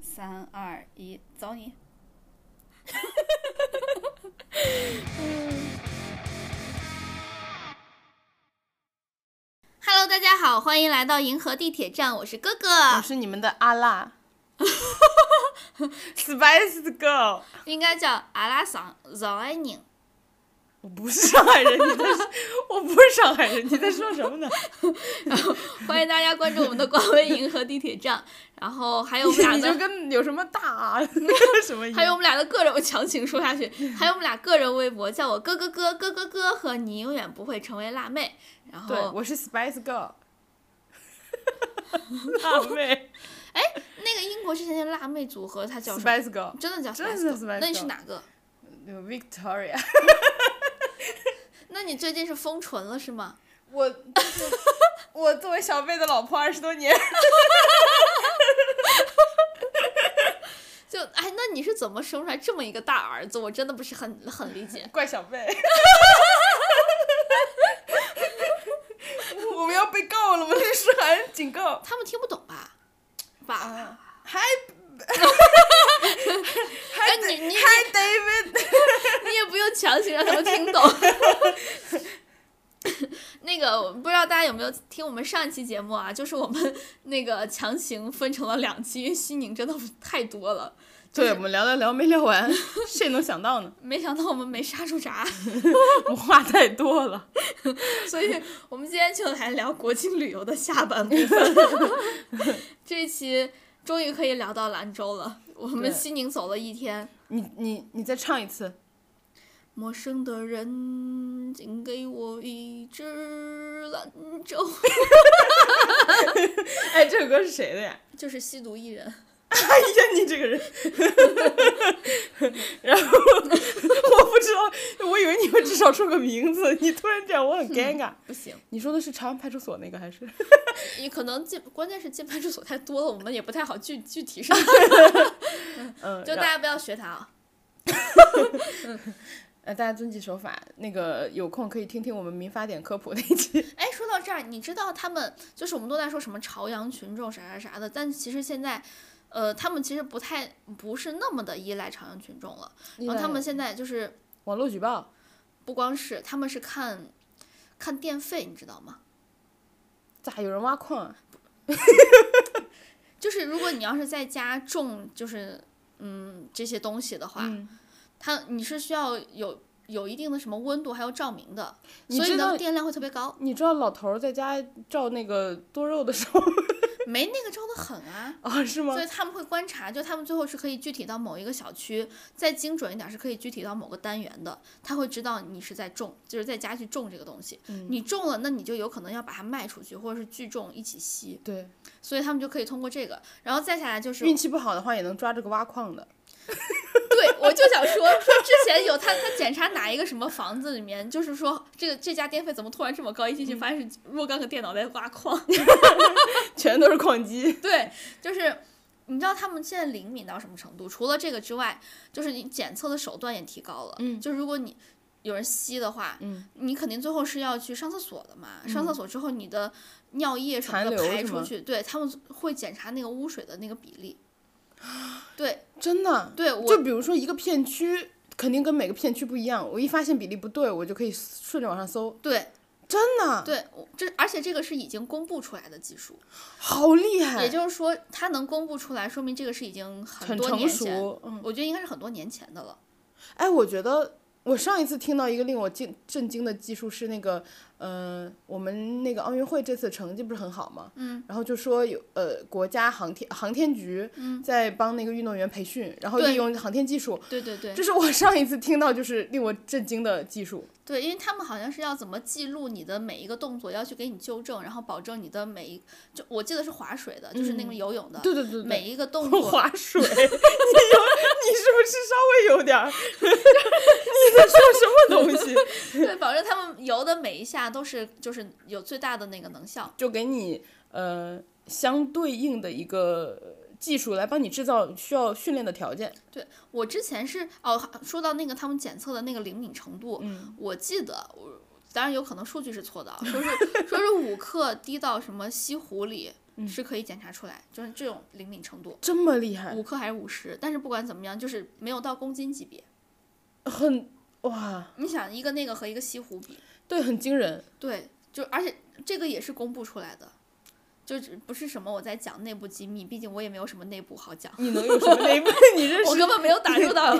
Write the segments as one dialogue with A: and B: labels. A: 三二一，走你！Hello，大家好，欢迎来到银河地铁站，我是哥
B: 我
A: 哥，
B: 是你们的阿辣 ，Spice Girl。
A: 应该叫阿拉桑饶爱 宁。
B: 我不是上海人，你在 我不是上海人，你在说什么 呢？
A: 欢迎大家关注我们的官微“银河地铁站”，然后还有我们俩
B: 你就
A: 的，
B: 跟有什么大啊 什么一样？
A: 还有我们俩的个人，我强行说下去，还有我们俩个人微博，叫我哥哥哥哥哥哥和你永远不会成为辣妹。然
B: 对，
A: 后
B: 我是 Spice Girl，辣妹
A: 那个英国之前的辣妹组合，她叫什么？
B: ，Spice Girl，
A: 真的叫
B: 真的
A: Spice
B: 叫
A: Girl
B: Spice
A: 那你是
B: Girl
A: 哪个？
B: 有呃 Victoria。
A: 那你最近是封唇了是吗？
B: 我 就是我作为小贝的老婆二十多年，
A: 就哎，那你是怎么生出来这么一个大儿子？我真的不是很很理解。
B: 怪小 贝。我们要被告了吗？律师函警告。
A: 他们听不懂吧？
B: 啊
A: 吧？
B: 还
A: 哎，你你
B: 还 David，
A: 你也不用强行让他们听懂。 那个，我不知道大家有没有听我们上一期节目啊？就是我们 那个强行分成了两期，因为西宁真的太多了，
B: 对我们聊聊聊没聊完，谁能想到呢？
A: 没想到我们没杀出啥，
B: 我话太多了，
A: 所以我们今天就来聊国庆旅游的下半部分。这一期终于可以聊到兰州了，我们
B: 对
A: 西宁走了一天。
B: 你你你再唱一次，
A: 陌生的人，请给我一支兰州。
B: 哎，这首歌是谁的呀？
A: 就是吸毒艺人，
B: 哎呀，你这个人， 然后 我不知道，我以为你会至少说个名字，你突然这样，我
A: 嗯
B: 很尴尬。
A: 不行，
B: 你说的是朝阳派出所那个还 是？
A: 你可能进，关键是进派出所太多了，我们也不太好具具体上，
B: 嗯，
A: 就大
B: 让
A: 家不要学他啊。
B: 呃大家遵纪守法，那个有空可以听听我们民法典科普那一期。
A: 哎，说到这儿，你知道他们就是我们都在说什么朝阳群众啥啥啥的，但其实现在，呃，他们其实不太不是那么的依赖朝阳群众了，然哦后他们现在就是
B: 网络举报，
A: 不光是他们是看看电费，你知道吗？
B: 咋有人挖矿啊？
A: 就是如果你要是在家种，就是嗯这些东西的话，
B: 嗯
A: 它你是需要有有一定的什么温度还有照明的，
B: 你
A: 所以
B: 知
A: 你的
B: 道
A: 电量会特别高，
B: 你知道老头儿在家照那个多肉的时候
A: 没那个照的很啊。
B: 啊，是吗
A: 所？以他们会观察，就他们最后是可以具体到某一个小区，再精准一点是可以具体到某个单元的，他会知道你是在种，就是在家去种这个东西。
B: 嗯
A: 你种了，那你就有可能要把它卖出去，或者是聚众一起吸，
B: 对，
A: 所以他们就可以通过这个，然后再下来就是
B: 运气不好的话也能抓这个挖矿的。
A: 对，我就想说说之前有他他检查哪一个什么房子里面，就是说这个这家电费怎么突然这么高，一进
B: 嗯
A: 去发现是若干个电脑在挖矿。
B: 全都是 矿机。
A: 对，就是你知道他们现在灵敏到什么程度？除了这个之外，就是你检测的手段也提高了。
B: 嗯
A: 就是如果你有人吸的话，
B: 嗯，
A: 你肯定最后是要去上厕所的嘛。上厕所之后，你的尿液什么
B: 残
A: 的
B: 留
A: 排
B: 是
A: 出
B: 吗
A: 去，对他们会检查那个污水的那个比例。对
B: 真的。
A: 对，我
B: 就比如说一个片区，肯定跟每个片区不一样。我一发现比例不对，我就可以顺着往上搜。
A: 对
B: 真的，
A: 对，我这而且这个是已经公布出来的技术，
B: 好厉
A: 也
B: 害，
A: 就是说它能公布出来，说明这个是已经很
B: 哎很
A: 多
B: 成
A: 年前，
B: 熟。嗯，
A: 我觉得应该是很多年前的了。
B: 哎，我觉得我上一次听到一个令我惊震惊的技术是那个，呃，我们那个奥运会这次成绩不是很好吗？
A: 嗯，
B: 然后就说有呃国家航天航天局在帮那个运动员培训，然后
A: 对
B: 利用航天技术。
A: 对对对
B: 这是我上一次听到，就是令我震惊的技术。
A: 对，因为他们好像是要怎么记录你的每一个动作，要去给你纠正，然后保证你的每一就我记得是划水的，就是那个游泳的，
B: 嗯对对 对对，
A: 每一个动作
B: 划水，你有你是不是稍微有点 儿？你在说什么东西？
A: 对，保证他们游的每一下都是就是有最大的那个能效。
B: 就给你呃相对应的一个呃技术来帮你制造需要训练的条件。
A: 对我之前是哦，说到那个他们检测的那个灵敏程度，
B: 嗯
A: 我记得我当然有可能数据是错的啊，说是说是五克滴到什么西湖里，
B: 嗯
A: 是可以检查出来，就是这种灵敏程度，
B: 这么厉害，
A: 五克还是五十，但是不管怎么样，就是没有到公斤级别。
B: 很哇，
A: 你想一个那个和一个西湖比，
B: 对，很惊人。
A: 对，就而且这个也是公布出来的，就只不是什么我在讲内部机密，毕竟我也没有什么内部好讲，
B: 你能有什么内部？ 你这
A: 我
B: 是
A: 根本没有打入 到。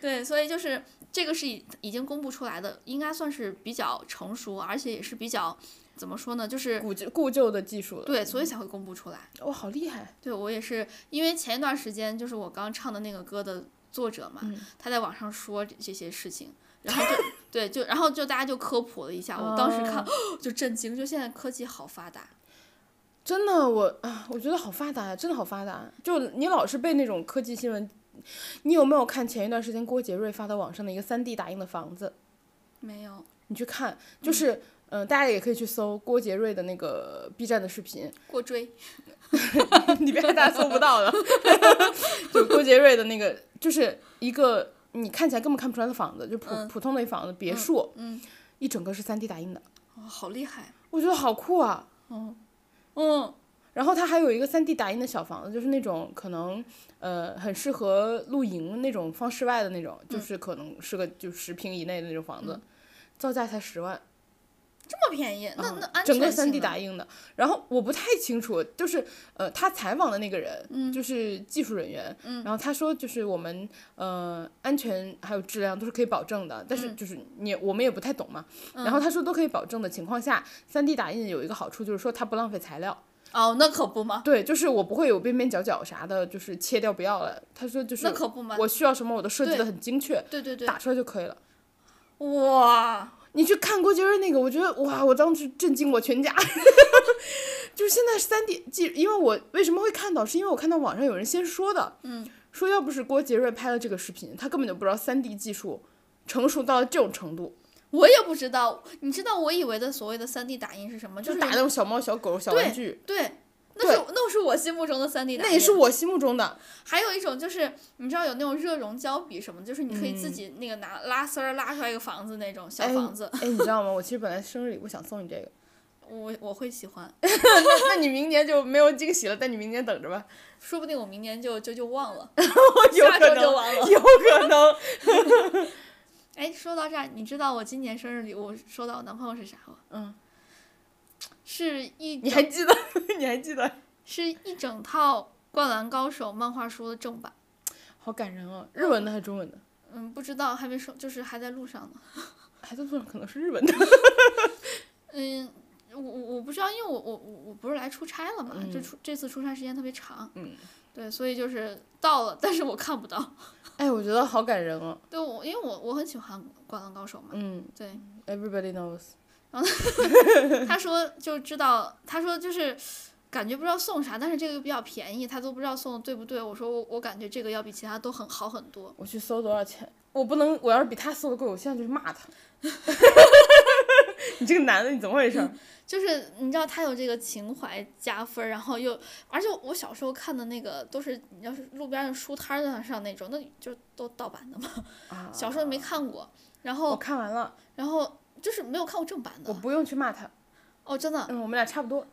A: 对，所以就是这个是已已经公布出来的，应该算是比较成熟，而且也是比较怎么说呢，就是
B: 古旧故旧的技术了。
A: 对，所以才会公布出来。
B: 哇，好厉害！
A: 对我也是，因为前一段时间就是我刚唱的那个歌的作者嘛，他在网上说这这些事情，然后就 对，就然后就大家就科普了一下，我当时看、 就震惊，就现在科技好发达，
B: 真的，我啊，我觉得好发达呀，真的好发达。就你老是被那种科技新闻，你有没有看前一段时间郭杰瑞发到网上的一个三 D 打印的房子？
A: 没有
B: 你去看，就是，嗯、大家也可以去搜郭杰瑞的那个 B 站的视频，
A: 过追，
B: 里边大家搜不到的， 就郭杰瑞的那个，就是一个你看起来根本看不出来的房子，就普、普通的一房子别墅，
A: 嗯
B: 一整个是3 D 打印的，
A: 哦，好厉害，
B: 我觉得好酷啊。
A: 嗯，
B: 然后它还有一个3 D 打印的小房子，就是那种可能呃很适合露营那种放室外的那种，
A: 嗯
B: 就是可能是个就十平以内的那种房子，造价才十万。
A: 这么便宜，那、那安全
B: 整
A: 性
B: 个
A: 呢
B: 三 D 打印的。然后我不太清楚，就是呃，他采访的那个人，
A: 嗯
B: 就是技术人员，然后他说就是我们呃安全还有质量都是可以保证的，
A: 嗯
B: 但是就是你也我们也不太懂嘛。然后他说都可以保证的情况下，三 D 打印有一个好处就是说它不浪费材料，
A: 哦，那可不吗？
B: 对，就是我不会有边边角角啥的，就是切掉不要了。他说就是
A: 那可不嘛，
B: 我需要什么我都设计
A: 对
B: 的很精确，
A: 对对对，
B: 打出来就可以了。
A: 哇，
B: 你去看郭杰瑞那个，我觉得哇，我当时震惊我全家。 就是现在三 D 技，因为我为什么会看到，是因为我看到网上有人先说的，嗯，说要不是郭杰瑞拍了这个视频，他根本就不知道三 D 技术成熟到了这种程度，
A: 我也不知道，你知道我以为的所谓的三 D 打印是什么？
B: 就是打那种小猫、小狗、小玩具，
A: 对，那是那是我心目中的三 D 打
B: 那
A: 印，
B: 也是我心目中 的。
A: 还有一种就是，你知道有那种热熔胶笔什么，就是你可以自己那个拿拉丝儿拉出来一个房子那种小
B: 嗯哎
A: 房子，
B: 哎，你知道吗？我其实本来生日礼物想送你这个，
A: 我我会喜欢，
B: 那你明年就没有惊喜了，但你明年等着 吧，
A: 说不定我明年就就就忘了，
B: 有
A: 下
B: 可
A: 周就
B: 能，
A: 完了。
B: 有可能。
A: 哎，说到这儿，你知道我今年生日礼物收到我男朋友是啥吗？
B: 嗯，
A: 是一
B: 你
A: 整
B: 还记得？ 你还记得？
A: 是一整套《灌篮高手》漫画书的正版。
B: 好感人哦，日文的还是中文的？
A: 嗯，不知道还没收，就是还在路上呢。
B: 孩子做可能是日本的。
A: 嗯，我我我不知道，因为我我我我不是来出差了嘛，这
B: 嗯
A: 出这次出差时间特别长，
B: 嗯，
A: 对，所以就是到了，但是我看不到。
B: 哎，我觉得好感人哦。
A: 对，我因为我我很喜欢《灌篮高手》嘛，
B: 嗯
A: 对，
B: ，Everybody knows。
A: 他说就知道，他说就是。感觉不知道送啥，但是这个又比较便宜，他都不知道送的对不对。我说我我感觉这个要比其他都很好很多。
B: 我去搜多少钱？我不能，我要是比他搜的贵，我现在就去骂他。 你这个男的，你怎么回事？
A: 就是你知道他有这个情怀加分儿，然后又而且我小时候看的那个都是你要是路边儿的书摊儿上那种，那就都盗版的嘛。
B: 啊哦
A: 小时候没看过，然
B: 我
A: 后
B: 看完了，
A: 然后就是没有看过正版
B: 我
A: 的
B: 不用去骂他。
A: 哦，真 的。
B: 嗯，我们俩差不多。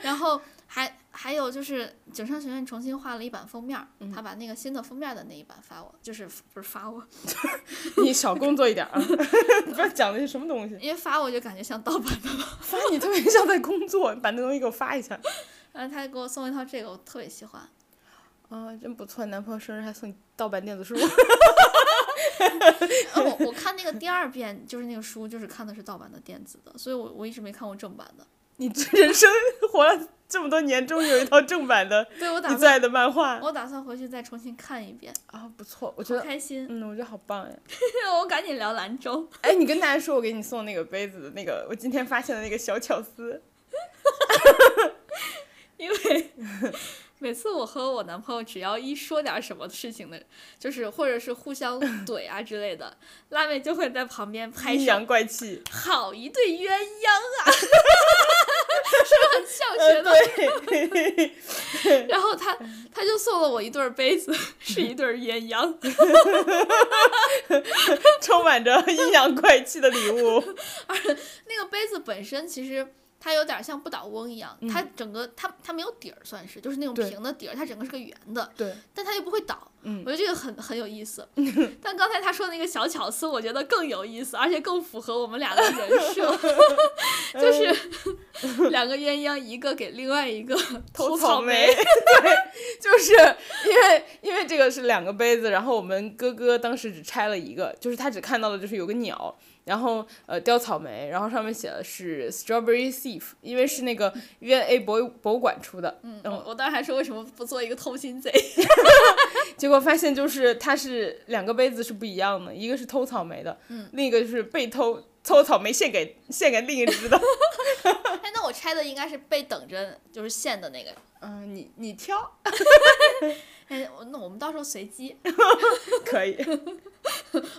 A: 然后还还有就是《井上学院》重新画了一版封面儿，他把那个新的封面儿的那一版发我，就是不是发我，
B: 你少工作一点啊！ 你不要讲那些什么东西，
A: 因为发我就感觉像盗版的。
B: 发你特别像在工作，把那东西给我发一下。
A: 然后他给我送一套这个，我特别喜欢。
B: 啊，真不错，男朋友生日还送你盗版电子书。
A: 呃，我我看那个第二遍就是那个书，就是看的是盗版的电子的，所以我我一直没看过正版的。
B: 你这人生活了这么多年，终于有一套正版的
A: 对我打
B: 你
A: 算
B: 最爱的漫画
A: 我打算回去再重新看一遍，
B: 啊，不错，我觉
A: 好
B: 得，
A: 开心。
B: 嗯，我觉得好棒哎。
A: 我赶紧聊兰州，
B: 哎，你跟大家说，我给你送那个杯子的那个，我今天发现的那个小巧思，
A: 因 为每次我和我男朋友只要一说点什么事情的，就是或者是互相怼啊之类的，辣妹就会在旁边拍
B: 阴
A: 手，
B: 阳怪气。
A: 好一对鸳鸯啊， 是不是很像学
B: 呃，
A: 的？
B: 对，
A: 然后他他就送了我一对儿杯子，是一对儿鸳鸯。
B: 充满着阴阳怪气的礼物。
A: 那个杯子本身其实。它有点像不倒翁一样，它整个它它没有底儿，算是就是那种
B: 对
A: 平的底儿，它整个是个圆的，
B: 对，
A: 但它又不会倒。
B: 嗯
A: 我觉得这个很很有意思。但刚才他说那个小巧思，我觉得更有意思，而且更符合我们俩的人设，就是 两个鸳鸯，一个给另外一个偷
B: 草
A: 草
B: 莓，
A: 莓。
B: 对，就是因为因为这个是两个杯子，然后我们哥哥当时只拆了一个，就是他只看到了就是有个鸟，然后呃雕草莓，然后上面写的是 strawberry thief，因为是那个 V&A 博物博物馆出的，
A: 嗯我我当时还说为什么不做一个偷心贼？
B: 结果发现就是它是两个杯子是不一样的，一个是偷草莓的，
A: 嗯
B: 另一个就是被偷偷草莓献给献给另一只 的。
A: 哎，那我拆的应该是被等着就是现的那个。
B: 嗯、你你挑
A: 哎，我那我们到时候随机，
B: 可以，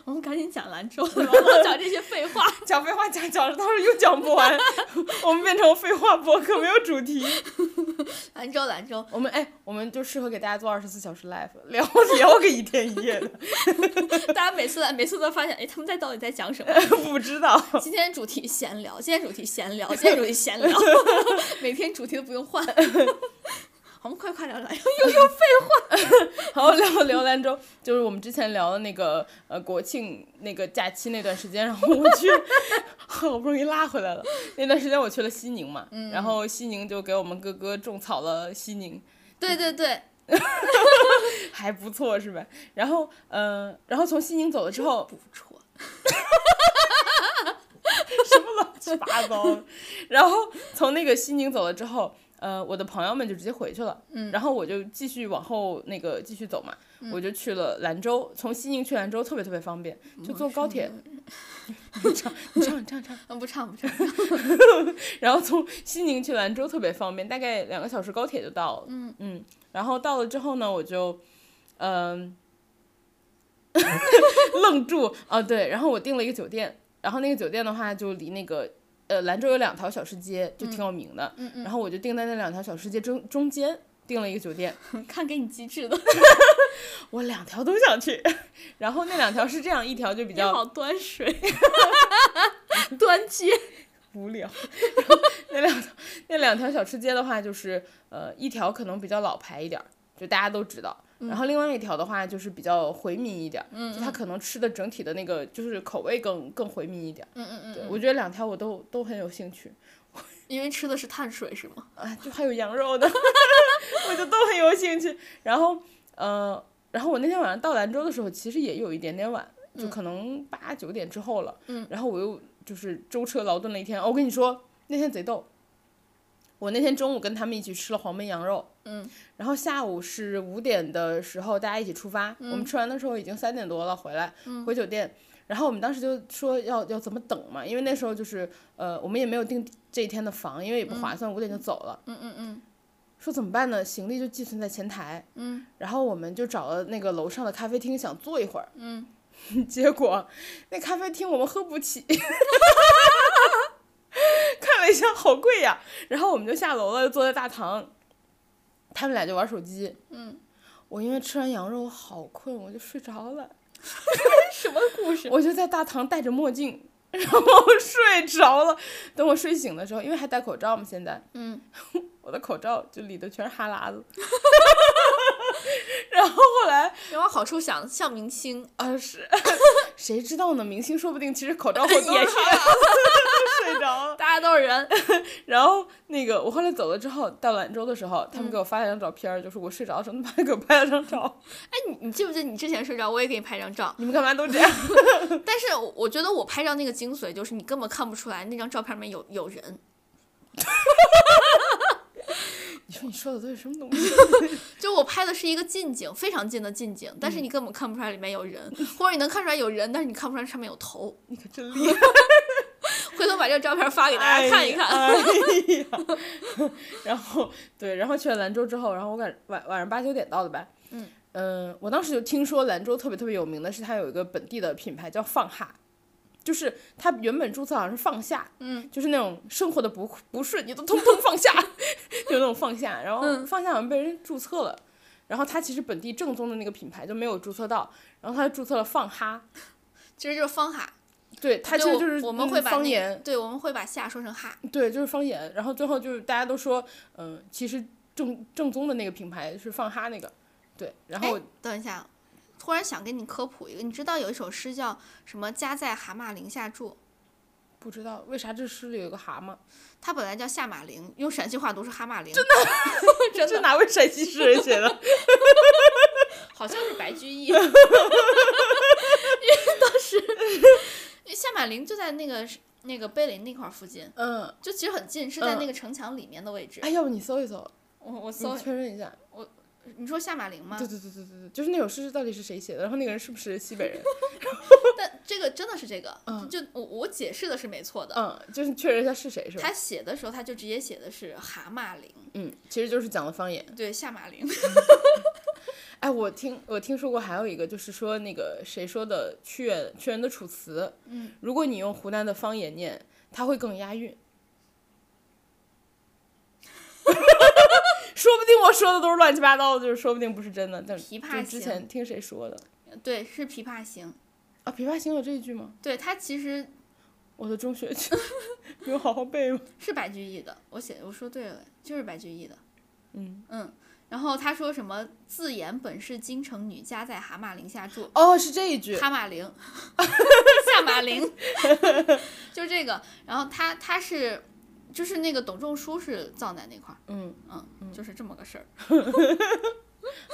A: 我们赶紧讲兰 州，然后老讲这些废话。
B: 讲废话讲讲着，到时候又讲不完， 我们变成废话播客，没有主题。
A: 兰州，兰州，
B: 我们哎，我们就适合给大家做二十四小时 live，聊 聊个一天一夜的，
A: 大家每次来每次都发现，哎，他们在到底在讲什么？
B: 不知道。
A: 今天主题闲聊，今天主题闲聊，今天主题闲聊， 每天主题都不用换。 我们快快聊来，
B: 好，聊聊兰州，就是我们之前聊的那个呃国庆那个假期那段时间，然后我去， 好不容易拉回来了。那段时间我去了西宁嘛，然后西宁就给我们哥哥种草了西宁，
A: 对对对，
B: 还不错是吧？然后嗯、呃然后从西宁走了之后，
A: 不错。
B: 什么乱七八糟的。 然后从那个西宁走了之后，呃，我的朋友们就直接回去了，嗯，然后我就继续往后那个继续走嘛，我就去了兰州，从西宁去兰州特别特别方便，就坐高铁。 你唱，你唱，你唱，你唱。
A: 嗯，不唱不唱，
B: 然后从西宁去兰州特别方便，大概两个小时高铁就到了。
A: 嗯
B: 然后到了之后呢，我就，嗯、 愣住啊，对。然后我订了一个酒店，然后那个酒店的话就离那个呃兰州有两条小吃街，就挺有名的。
A: 嗯
B: 然后我就订在那两条小吃街中中间订了一个 酒店，
A: 看给你机智的，
B: 我两条都想去。 然后那两条是这样，一条就比
A: 你
B: 较
A: 好端 水，端接。
B: 无聊。然后那两条那两条小吃街的话，就是呃一条可能比较老牌一点儿，就大家都知道。
A: 嗯
B: 然后另外一条的话，就是比较回民一点儿，就它可能吃的整体的那个就是口味更更回民一点儿。
A: 嗯嗯嗯，
B: 对，我觉得两条我都都很有兴趣，
A: 因为吃的是碳水是吗？
B: 啊，就还有羊肉的， 我就都很有兴趣。然后呃，然后我那天晚上到兰州的时候，其实也有一点点晚，就可能八九点之后了。
A: 嗯。
B: 然后我又就是舟车劳顿了一天。哦我跟你说，那天贼逗。我那天中午跟他们一起吃了黄焖羊肉，
A: 嗯，
B: 然后下午是五点的时候大家一起出发，
A: 嗯
B: 我们吃完的时候已经三点多了，回来、回酒店，然后我们当时就说要要怎么等嘛，因为那时候就是呃我们也没有订这一天的房，因为也不划算，五、点就走了，
A: 嗯嗯嗯
B: 说怎么办呢？行李就寄存在前台，
A: 嗯，
B: 然后我们就找了那个楼上的咖啡厅想坐一会儿，
A: 嗯，
B: 结果那咖啡厅我们喝不起， 看了一下好贵呀，然后我们就下楼了，就坐在大堂，他们俩就玩手机，
A: 嗯，
B: 我因为吃完羊肉我好困，我就睡着了，
A: 什么故事？
B: 我就在大堂戴着墨镜。然后睡着了，等我睡醒的时候，因为还戴口罩嘛，现在，
A: 嗯，
B: 我的口罩就里头全是哈喇子。 然后后来，
A: 要往好处想，像明清。
B: 啊是，谁知道呢？明星说不定其 实口罩后都
A: 也啊
B: 是哈喇子睡着了。
A: 大家都是人，
B: 然后那个我后来走了之后，到兰州的时候，
A: 嗯
B: 他们给我发了张照片儿，就是我睡着的时候，他们给我拍了张照。
A: 哎， 你你记不记得你之前睡着，我也给你拍张照。
B: 你们干嘛都 这样？
A: 但是我我觉得我拍照那个精髓就是你根本看不出来那张照片里面有有人，
B: 你说你说的都是什么 东西？
A: 就我拍的是一个近景，非常近的近景，但
B: 嗯
A: 是你根本看不出来里面有人，或者你能看出来有人，但是你看不出来上面有头。
B: 你可真厉害！
A: 回头把这个照片发给大家看一看。
B: 哎呀。哎呀 然后对，然后去了兰州之后，然后我赶晚晚上八九点到的吧。
A: 嗯
B: 嗯、我当时就听说兰州特别特别有名的是它有一个本地的品牌叫放哈，就是它原本注册好像是放下，
A: 嗯，
B: 就是那种生活的不不顺，你都通通放下， 就那种放下，然后
A: 嗯
B: 放下好像被人注册了，然后他其实本地正宗的那个品牌就没有注册到，然后他就注册了放哈，
A: 其实就是方哈，
B: 对他其
A: 对
B: 实
A: 我
B: 就是
A: 我们
B: 嗯
A: 会把
B: 方
A: 那
B: 言，
A: 对，我们会把下说成哈，
B: 对，就是方言。然后最后就是大家都说，嗯、其实正正宗的那个品牌是放哈那个，对。然后
A: 哎等一下，突然想给你科普一个，你知道有一首诗叫什么“家在蛤蟆陵下住
B: 不知道为啥这诗里有个蛤蟆，”，
A: 它本来叫下马陵，用陕西话读是蛤蟆陵，真的真
B: 这
A: 的
B: 哪位陕西诗人 写的？
A: 好像是白居 易，因为当时因为下马陵就在那个那个碑林那块儿附近，
B: 嗯，
A: 就其实很近，是在
B: 嗯
A: 那个城墙里面的位置。
B: 哎，要不你搜一搜，
A: 我我搜嗯
B: 你，确认一下。
A: 你说下马陵吗
B: 对？对对对对对，就是那首诗到底是谁写的？然后那个人是不是西 北人？
A: 但这个真的是这个，就我我解释的是没错的。
B: 嗯，就是确认一下是谁是吧？
A: 他写的时候，他就直接写的是蛤蟆陵，
B: 嗯，其实就是讲的方言。
A: 对下马陵。
B: 哎，我听我听说过还有一个，就是说那个谁说的屈原屈原的《楚辞》，
A: 嗯，
B: 如果你用湖南的方言念，它会更押韵。 说不定我说的都是乱七八糟的，就是说不定不是真的。但
A: 琵琶
B: 就之
A: 行
B: 前听谁说的
A: 对，是《琵琶行
B: 啊？琵琶行有这一句吗》？。
A: 对，它其实
B: 我的中学去 没有好好背吗？
A: 是白居易的，我写我说对了，就是白居易的。
B: 嗯，
A: 嗯，然后他说什么“自言本是京城女，家在蛤蟆陵下住
B: 哦，是这一”，句。
A: 蛤 蟆陵，下马陵，就是这个。然后他他是就是那个董仲舒是葬在那块儿，
B: 嗯
A: 嗯，就是这么个事儿。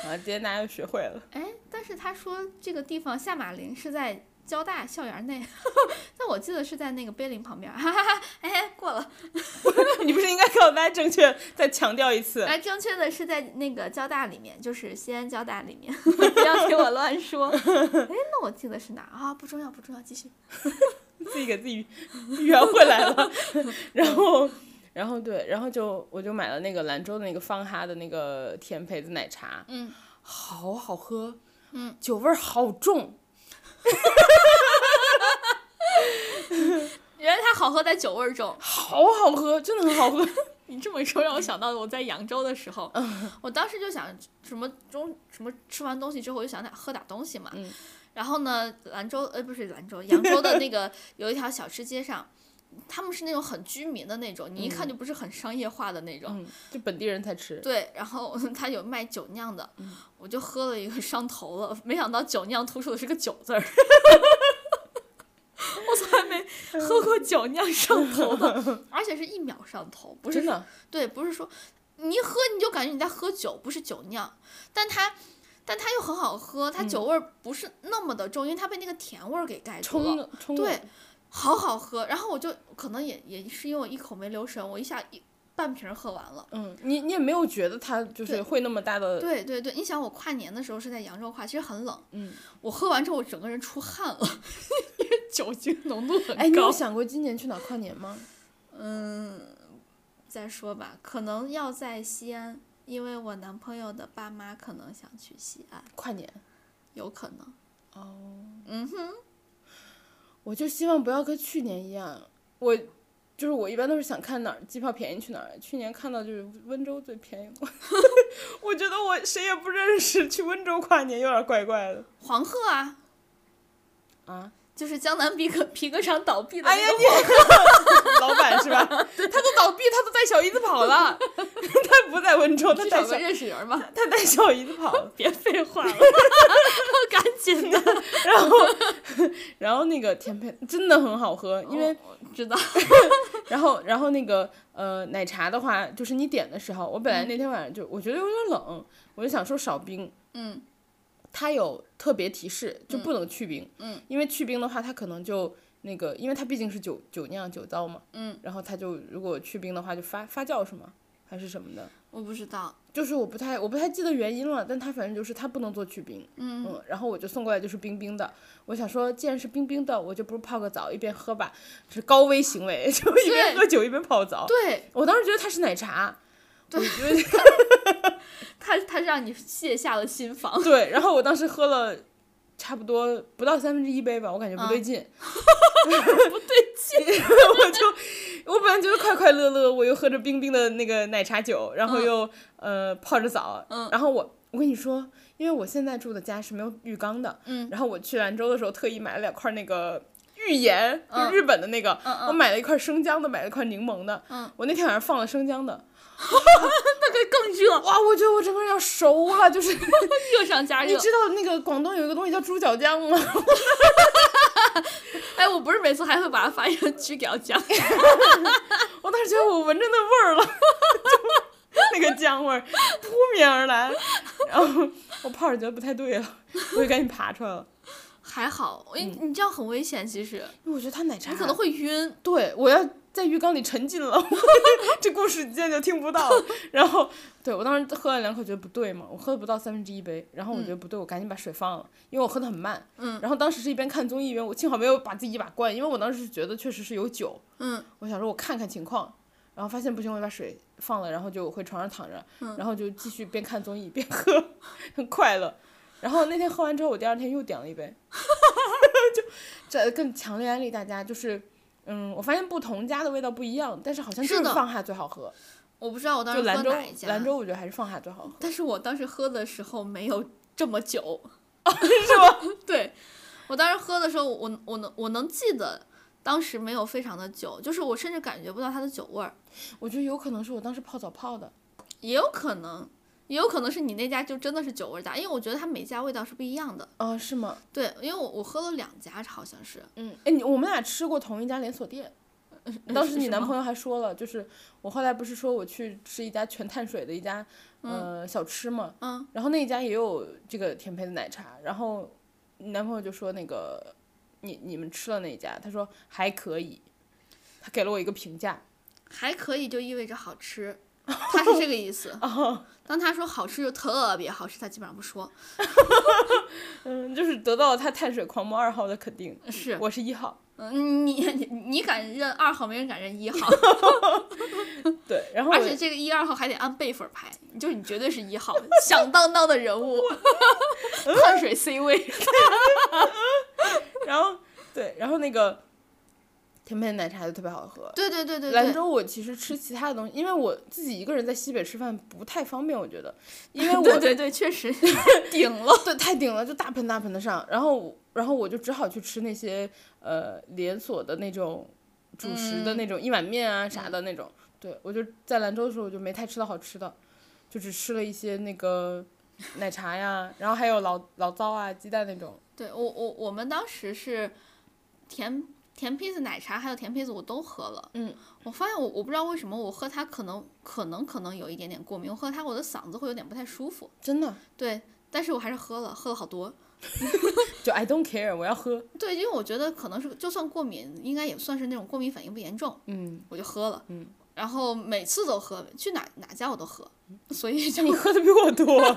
B: 啊，今天大家又学会了。
A: 哎，但是他说这个地方下马陵是在交大校园内， 但我记得是在那个碑林旁边儿，哈哈哈，哎，过了。
B: 你不是应该告诉大家正确，再强调一次？
A: 哎，正确的是在那个交大里面，就是西安交大里面， 不要给我乱 说。哎，那我记得是哪儿啊？不重要，不重要，继续。
B: 自己给自己圆回来了。 然后，然后对，然后就我就买了那个兰州的那个放哈的那个甜培子奶茶，
A: 嗯，
B: 好好喝，
A: 嗯，
B: 酒味儿好重。
A: 原来它好喝在酒味儿中。
B: 好好喝，真的很好喝。
A: 你这么一说，让我想到了我在扬州的时候，
B: 嗯
A: 我当时就想什么中什么吃完东西之后，我就想点喝点东西嘛。
B: 嗯
A: 然后呢，兰州呃不是兰州，扬州的那个有一条小吃街上，他们是那种很居民的那种，你一看就不是很商业化的那种。
B: 嗯，就本地人才吃。
A: 对，然后 他有卖酒酿的，
B: 嗯
A: 我就喝了一个上头了，没想到酒酿突出的是个酒字儿。 我从来没喝过酒酿上头的，而且是一秒上头，不是
B: 真的，
A: 对，不是说你一喝你就感觉你在喝酒，不是酒酿，但它但它又很好喝，它酒味儿不是那么的重，因为它被那个甜味儿给盖住
B: 嗯冲
A: 了。
B: 的冲的
A: 对，好好喝。然后我就可能也也是因为我一口没留神，我一下一半瓶儿喝完了。
B: 嗯，你你也没有觉得它就是
A: 对
B: 会那么大的，
A: 对对对，你想我跨年的时候是在扬州跨，其实很冷，
B: 嗯，
A: 我喝完之后我整个人出汗了， 因为酒精浓度很
B: 哎，你
A: 高
B: 有。想过今年去哪儿跨年吗？
A: 嗯，再说吧，可能要在西安，因为我男朋友的爸妈可能想去西安。
B: 跨年，
A: 有可能。
B: 我就希望不要跟去年一样，我就是我一般都是想看哪儿机票便宜去哪儿。去年看到就是温州最便宜，我 我觉得我谁也不认识，去温州跨年有点怪怪的
A: 黄鹤啊，
B: 啊。
A: 就是江南皮革皮革厂倒闭的
B: 哎呀
A: 那个、，
B: 你老板是吧？他都倒闭，他都带小姨子跑了， 他不在温州，他
A: 去
B: 带
A: 找个
B: 小
A: 认识人嘛。
B: 他带小姨子跑了。
A: 别废话 了，赶紧 的。
B: 然后那个甜配真的很好喝，因为
A: 我知道，
B: 然后，然后那个呃，奶茶的话，就是你点的时候，我本来那天晚上就我觉得有点冷，我就想说少冰。
A: 嗯，
B: 它有特别提示，就不能去冰。
A: 嗯，
B: 因为去冰的话，它可能就那个，因为它毕竟是酒酒酿酒糟嘛。
A: 嗯，
B: 然后它就如果去冰的话，就发发酵是吗？还是什么的？
A: 我不知道。
B: 就是我不太我不太记得原因了，但它反正就是它不能做去冰。
A: 嗯，
B: 嗯，然后我就送过来就是冰冰的，我想说，既然是冰冰的，我就不如泡个澡一边喝吧，是高危行为， 就一边
A: 对
B: 喝酒一边泡澡。
A: 对
B: 我当时觉得它是奶茶，我觉得
A: 他，他让你卸下了心防。
B: 对，然后我当时喝了差不多不到三分之一杯吧，我感觉
A: 嗯
B: 不对劲，不对劲， 我就我本来觉得快快乐乐，我又喝着冰冰的那个奶茶酒，然后又、呃泡着澡，
A: 嗯
B: 然后我我跟你说，因为我现在住的家是没有浴缸的，
A: 嗯
B: 然后我去兰州的时候特意买了两块那个浴芋盐，就日本的那个，
A: 嗯嗯
B: 我买了一块生姜的，买了一块柠檬的，
A: 嗯
B: 我那天晚上放了生姜的，
A: 那会更热，
B: 哇，我觉得我整个人要熟了，就是你
A: 热上加热。
B: 知道那个广东有一个东西叫猪脚姜吗？
A: 哎，我不是每次还会把它发音成猪脚姜，
B: 我当时觉得我闻着那味儿了，就 那个姜味儿扑面而来，然后我泡着觉得不太对了，我就赶紧爬出来了，
A: 还好，因为你这样很危险，其实
B: 因为我觉得他奶茶
A: 你可能会晕。
B: 对，我要在浴缸里沉浸了， 这故事你现在就听不到了。然后，对我当时喝了两口，觉得不对嘛，我喝不到三分之一杯，然后我觉得不对，我赶紧把水放了，因为我喝的很慢。
A: 嗯。
B: 然后当时是一边看综艺，一边我幸好没有把自己一把灌，因为我当时觉得确实是有酒，
A: 嗯
B: 我想说我看看情况，然后发现不行，我就把水放了，然后就回床上躺着，
A: 嗯
B: 然后就继续边看综艺边喝， 很快乐。然后那天喝完之后，我第二天又点了一杯， 就这更强烈安利大家，就是嗯，我发现不同家的味道不一样，但是好像就是是
A: 的
B: 放哈最好喝，
A: 我不知道我当时
B: 就
A: 喝
B: 兰州
A: 哪一家，
B: 兰州我觉得还是放哈最好喝，
A: 但是我当时喝的时候没有这么久，哦
B: 是吧？
A: 对我当时喝的时候，我我能我能记得。当时没有非常的久，就是我甚至感觉不到它的酒味儿，
B: 我觉得有可能是我当时泡澡泡的，
A: 也有可能，也有可能是你那家就真的是酒味儿大，因为我觉得它每家味道是不一样的。
B: 啊、是吗？
A: 对，因为我我喝了两家，好像是，呃
B: 嗯，哎，你我们俩吃过同一家连锁店，当时
A: 是
B: 你男
A: 吗
B: 朋友还说了，就是我后来不是说我去吃一家全碳水的一家、呃小吃嘛，
A: 嗯
B: 然后那一家也有这个甜胚的奶茶，然后你男朋友就说那个你你们吃了那一家，他说还可以，他给了我一个评价，
A: 还可以就意味着好 吃，他是这个意思。当他说好吃就特别好吃，他基本上不说。
B: 嗯，就是得到了他碳水狂魔二号的肯定，
A: 是，
B: 我是一号，
A: 嗯，你 你你敢认二号，没人敢认一 号，
B: 对，然后
A: 而
B: 我
A: 且这个一二号还得按辈分排，就是你绝对是一号， 响当当的人 物，碳水 C 位。
B: 然后对，然后那个甜胚的奶茶就特别好喝，
A: 对对对对
B: 兰
A: 对，
B: 州我其实吃其他的东西，因为我自己一个人在西北吃饭不太方便，我觉得，因为 我
A: 对对对，确实顶了。
B: 对太顶了，就大盆大盆的上，然后我然后我就只好去吃那些呃连锁的那种主食
A: 嗯
B: 的那种一碗面啊啥的那种。对我就在兰州的时候，我就没太吃到好吃的，就只吃了一些那个奶茶呀，然后还有醪醪糟啊、鸡蛋那种。
A: 对我我我们当时是甜甜胚子奶茶还有甜胚子我都喝了，
B: 嗯，
A: 我发现我我不知道为什么我喝它可能可能可能有一点点过敏，我喝它我的嗓子会有点不太舒服，
B: 真的，
A: 对，但是我还是喝了，喝了好多，
B: 就 I don't care，我要喝。
A: 对，因为我觉得可能是就算过敏，应该也算是那种过敏反应不严重，
B: 嗯，
A: 我就喝了，
B: 嗯，
A: 然后每次都喝，去哪哪家我都喝， 所以就
B: 你喝的比我多。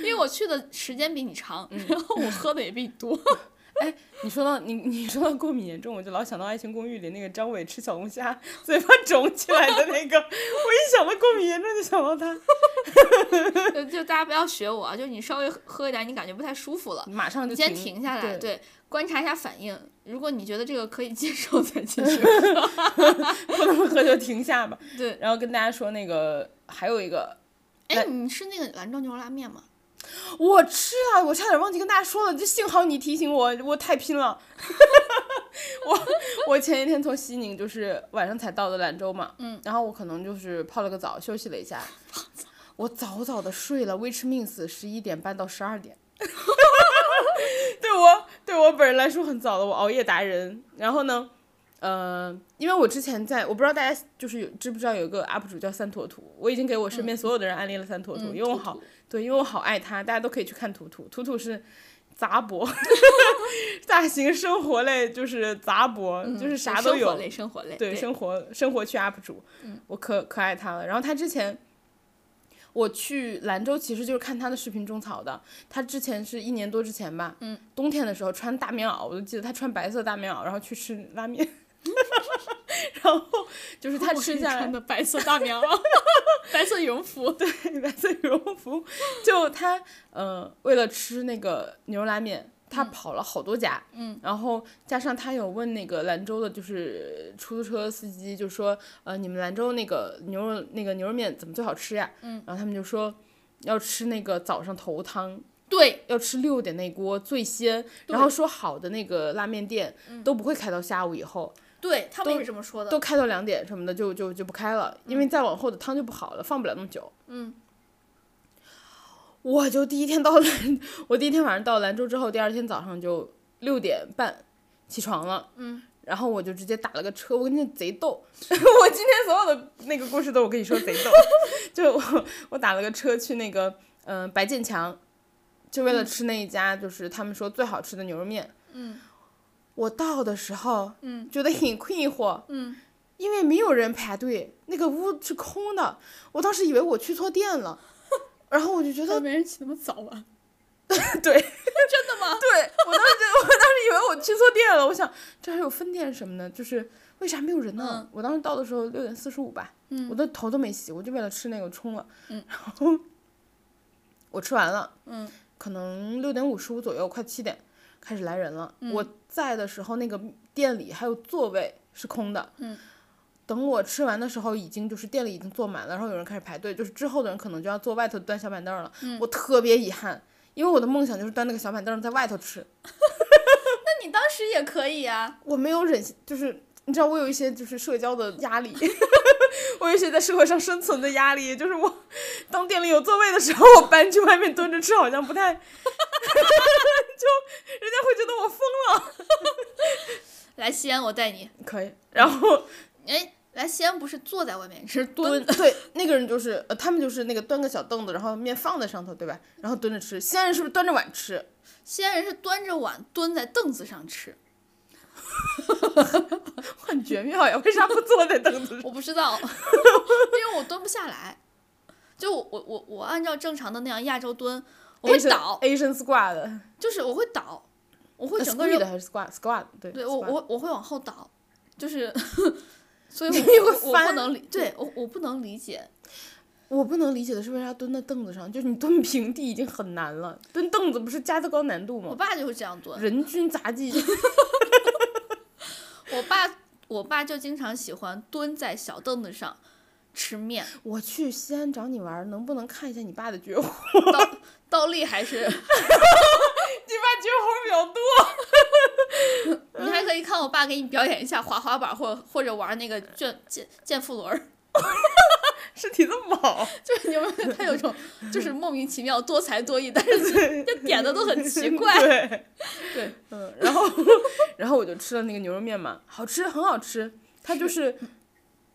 A: 因为我去的时间比你长，
B: 嗯
A: 然后我喝的也比你多，
B: 你说到你你说到过敏严重，我就老想到《爱情公寓》里那个张伟吃小龙虾嘴巴肿起来的那个，我一想到过敏严重就想到他，
A: 就就大家不要学我啊，就你稍微喝一点，你感觉不太舒服了。
B: 马上就
A: 哦你先停下来，
B: 对，
A: 对，观察一下反应。如果你觉得这个可以接受，再继续。
B: 不能喝就停下吧。
A: 对，
B: 然后跟大家说那个还有一个
A: 哎，你吃那个兰州牛肉拉面吗？
B: 我吃了，我差点忘记跟大家说了，就幸好你提醒我，我太拼了。 我我前一天从西宁就是晚上才到的兰州嘛，
A: 嗯，
B: 然后我可能就是泡了个澡，休息了 一下，我早早的睡了，which means 十一点半到十 二点。 对我对我本人来说很早了，我熬夜达人。然后呢，呃，因为我之前在，我不知道大家就是有知不知道有一个 UP 主叫三坨图，我已经给我身边所有的人安利了三坨图，
A: 嗯
B: 因为我
A: 图
B: 好对，因为我好爱他，大家都可以去看图图。图图是杂博，大型生活类就是杂博，就是啥
A: 嗯
B: 都
A: 生活
B: 有。
A: 类，生活类。对，
B: 对，
A: 嗯
B: 生活生活区 UP 主，我可可爱他了。然后他之前。我去兰州其实就是看他的视频种草的。他之前是一年多之前吧，
A: 嗯，
B: 冬天的时候穿大棉袄，我就记得他穿白色大棉袄，然后去吃拉面， 然后就是他
A: 我
B: 吃
A: 是
B: 下来
A: 穿，的白色大棉袄， 白色羽绒服。对，
B: 白色羽绒服，就他呃，为了吃那个牛肉拉面，他跑了好多家，
A: 嗯，
B: 然后加上他有问那个兰州的，就是出租车司机，就说呃，你们兰州那个牛肉那个牛肉面怎么最好吃呀？
A: 嗯，
B: 然后他们就说要吃那个早上头汤，
A: 对，
B: 要吃六点那锅最鲜，然后说好的那个拉面店
A: 嗯
B: 都不会开到下午以后，
A: 对他们也是这么说的。
B: 都开到两点什么的就就就不开了，因为再往后的汤就不好了，放不了那么久。
A: 嗯，
B: 我就第一天到兰，我第一天晚上到兰州之后，第二天早上就六点半起床了。
A: 嗯，
B: 然后我就直接打了个车，我跟你贼逗， 我今天所有的那个故事都我跟你说贼逗，就我我打了个车去那个嗯、呃白建强，就为了吃那一家就是他们说最好吃的牛肉面。
A: 嗯
B: 我到的时候，
A: 嗯，
B: 觉得很困惑，
A: 嗯，
B: 因为没有人排队，那个屋是空的，我当时以为我去错 店了，然后我就觉得
A: 他没人起那么早 啊？
B: 对，
A: 真的 吗？
B: 对我当时就我当时以为我去错店了，我想这还有分店什么的，就是为啥没有人呢？我当时到的时候六点四十五吧，
A: 嗯
B: 我的头都没洗，我就为了吃那个冲了，
A: 嗯
B: 然后我吃完了，
A: 嗯，
B: 可能六点五十五左右，快七点开始来人了。
A: 嗯
B: 我在的时候，那个店里还有座位是空的，
A: 嗯。
B: 等我吃完的时候，已经就是店里已经坐满了，然后有人开始排队，就是之后的人可能就要坐外头端小板凳了。
A: 嗯
B: 我特别遗憾，因为我的梦想就是端那个小板凳在外头吃，
A: 那你当时也可以啊。
B: 我没有忍心，就是你知道我有一些就是社交的压力， 我有一些在社会上生存的压力，就是我当店里有座位的时候，我搬去外面蹲着吃，好像不太， 就人家会觉得我疯了。
A: 来西安，我带你。
B: 可以，然后
A: 哎，来西安不是坐在外面吃
B: 蹲
A: 蹲？
B: 对那个人就是呃，他们就是那个端个小凳子，然后面放在上头，对吧？然后蹲着吃。西安人是不是端着碗吃？
A: 西安人是端着碗蹲在凳子上吃，
B: 很绝妙呀，为啥不坐在凳子上？
A: 我不知 道，因为我蹲不下来。就我我我我按照正常的那样亚洲蹲，我会倒，
B: Asian squat 的，
A: 就是我会倒，我会整个
B: squat 的
A: 人，
B: 还是 squat squat 对
A: 对我
B: squat
A: 我我会往后倒，就是， 所以
B: 你
A: 我
B: 会
A: 我
B: 翻
A: 不能理，对我我不能理解，
B: 我不能理解的是，为啥蹲在凳子上？就是你蹲平地已经很难了，蹲凳子不是加的高难度
A: 我
B: 吗？
A: 爸就会这样蹲，
B: 人均杂技，
A: 我爸我爸就经常喜欢蹲在小凳子上吃面，
B: 我去西安找你玩儿，能不能看一下你爸的绝活？你
A: 倒倒立还是。
B: 爸绝活比较多。
A: 你还可以看我爸给你表演一下滑滑板或或者玩那个卷健健腹轮儿，
B: 身体这么好，
A: 就是你有没有他有一种就是莫名其妙多才多艺，但是
B: 对，
A: 这点的都很奇怪。
B: 嗯对，
A: 对，
B: 嗯，然后然后我就吃了那个牛肉面嘛，好吃，很好吃。它就是，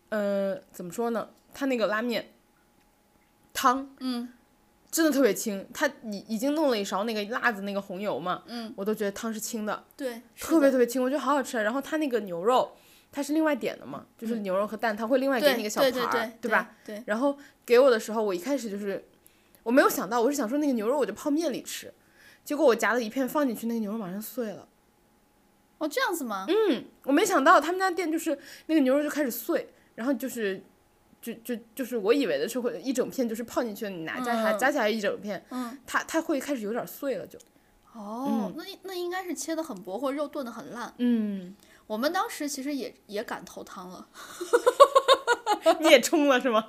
B: 呃，怎么说呢？它那个拉面汤
A: 嗯
B: 真的特别清，它已已经弄了一勺那个辣子那个红油嘛，
A: 嗯，
B: 我都觉得汤是清的。
A: 对，是
B: 特别
A: 的
B: 特别轻，我觉得好好吃。然后它那个牛肉，它是另外点的嘛，就是牛肉和蛋，它会另外
A: 嗯
B: 给
A: 对
B: 你一个小
A: 对
B: 盘
A: 对
B: 儿，
A: 对
B: 对吧？？
A: 对，
B: 然后给我的时候，我一开始就是我没有想到，我是想说那个牛肉我就泡面里吃，结果我夹了一片放进去，那个牛肉马上碎了。
A: 哦，这样子吗？
B: 嗯，我没想到他们家店就是那个牛肉就开始碎，然后就是。就就就是我以为的是会一整片，就是泡进去，你拿夹起来
A: 嗯
B: 夹起来一整片，
A: 嗯，
B: 它它会开始有点碎了就，
A: 哦，那那应该是切的很薄或肉炖的很烂。
B: 嗯，
A: 我们当时其实也也敢投汤了，
B: 你也冲了是吗？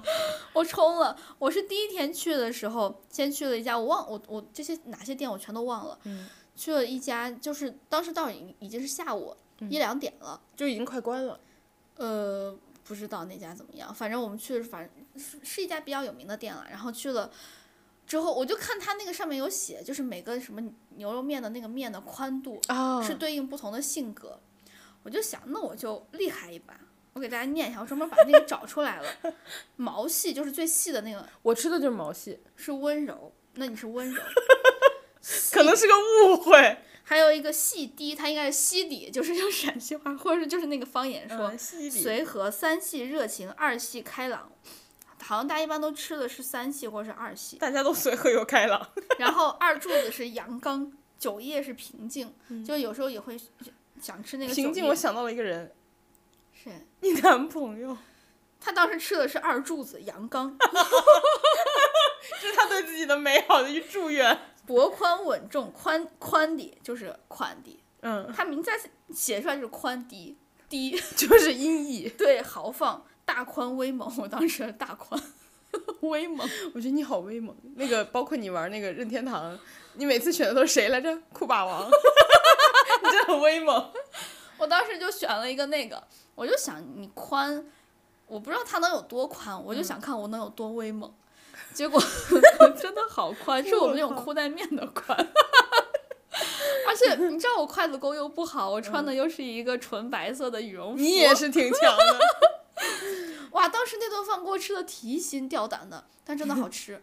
A: 我冲了。我是第一天去的时候，先去了一家，我忘我我这些哪些店我全都忘了。
B: 嗯，
A: 去了一家，就是当时到已已经是下午、一两点了，
B: 就已经快关了，
A: 呃，不知道那家怎么样，反正我们去，反正是是一家比较有名的店了。然后去了之后，我就看它那个上面有写，就是每个什么牛肉面的那个面的宽度
B: 啊
A: 是对应不同的性格。我就想，那我就厉害一把。我给大家念一下，我专门把那个找出来了。毛细就是最细的那个
B: 我吃的就是毛细，
A: 是温柔，那你是温柔。
B: 可能是个误会。
A: 还有一个细滴，它应该是西底，就是用陕西话，或者是就是那个方言
B: 嗯
A: 说，
B: 西里
A: 随和、三系热情、二系开朗。好像大家一般都吃的是三系或者是二系，
B: 大家都随和又开朗，
A: 然后二柱子是阳刚，九叶是平静，就有时候也会想吃那个
B: 嗯平
A: 九
B: 静。
A: 叶
B: 我想到了一个人，
A: 是
B: 你男朋 友，
A: 他当时吃的是二柱子阳刚，
B: 这是他对自己的美好的一祝愿。
A: 博宽稳重，宽宽底就是宽底，
B: 嗯，
A: 他名字写出来就是宽底低，
B: 就是音译。
A: 对豪放大宽威猛，我当时大宽，威猛，
B: 我觉得你好威猛。那个包括你玩那个任天堂，你每次选的都是谁来着？酷霸王， 你真的很威猛。
A: 我当时就选了一个那个，我就想你宽，我不知道它能有多宽，
B: 嗯
A: 我就想看我能有多威猛。结果 真的好宽，是我们那种裤带面的宽。 而且你知道我筷子功又不好，我穿的又是一个纯白色的羽绒服。
B: 嗯你也是挺强的。
A: 哇，当时那顿饭给我吃的提心吊胆的，但真的 好吃，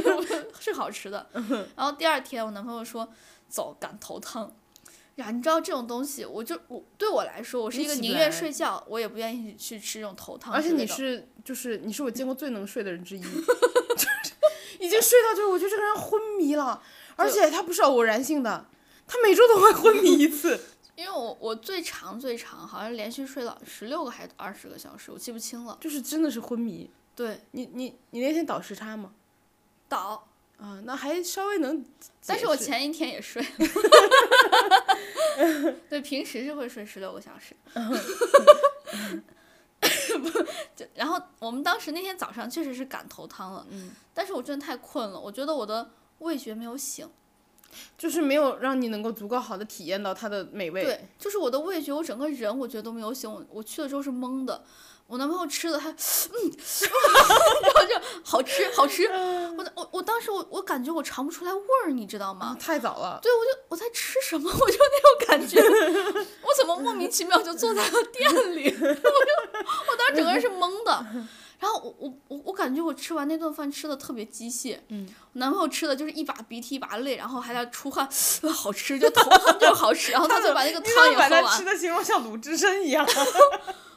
A: 是好吃的。
B: 嗯
A: 然后第二天，我男朋友说：“走，赶头汤。”呀，你知道这种东西，我就我对我来说，我是一个
B: 你起不
A: 宁愿
B: 来
A: 睡觉，我也不愿意去吃这种头汤
B: 而
A: 之
B: 且
A: 类的。
B: 你 是就是你是我见过最能睡的人之一， 就是已经睡到就是我觉得这个人昏迷了，而且他不是偶然性的，他每周都会昏迷一次。
A: 因为我我最长最长好像连续睡了十六个还是二十个小时，我记不清了。
B: 就是真的是昏迷。
A: 对，
B: 你你你那天倒时差吗？
A: 倒，
B: 啊，那还稍微能解释。
A: 但是我前一天也 睡了。对，平时是会睡十六个小时。
B: 嗯
A: 不，就然后我们当时那天早上确实是赶头汤了，
B: 嗯，
A: 但是我真的太困了，我觉得我的味觉没有醒。
B: 就是没有让你能够足够好的体验到它的美味。
A: 对，就是我的味觉，我整个人我觉得都没有醒。我我去了之后是懵的，我男朋友吃的他，嗯， 然后就好吃好吃。
B: 嗯
A: 我我我当时我我感觉我尝不出来味儿，你知道
B: 啊，
A: 吗？
B: 太早了。
A: 对，我就我在吃什么， 我就那种感觉，我怎么莫名其妙就坐在了店里？ 我就我当时整个人是懵的。然后我我我我感觉我吃完那顿饭吃的特别机械，
B: 嗯，
A: 我男朋友吃的就是一把鼻涕一把泪，然后还在出汗， 呃好吃就头汤就是好吃，然后他就把那个
B: 你
A: 汤
B: 怎
A: 也啊
B: 么把
A: 喝
B: 它
A: 完
B: 吃。的形容像鲁智深一样？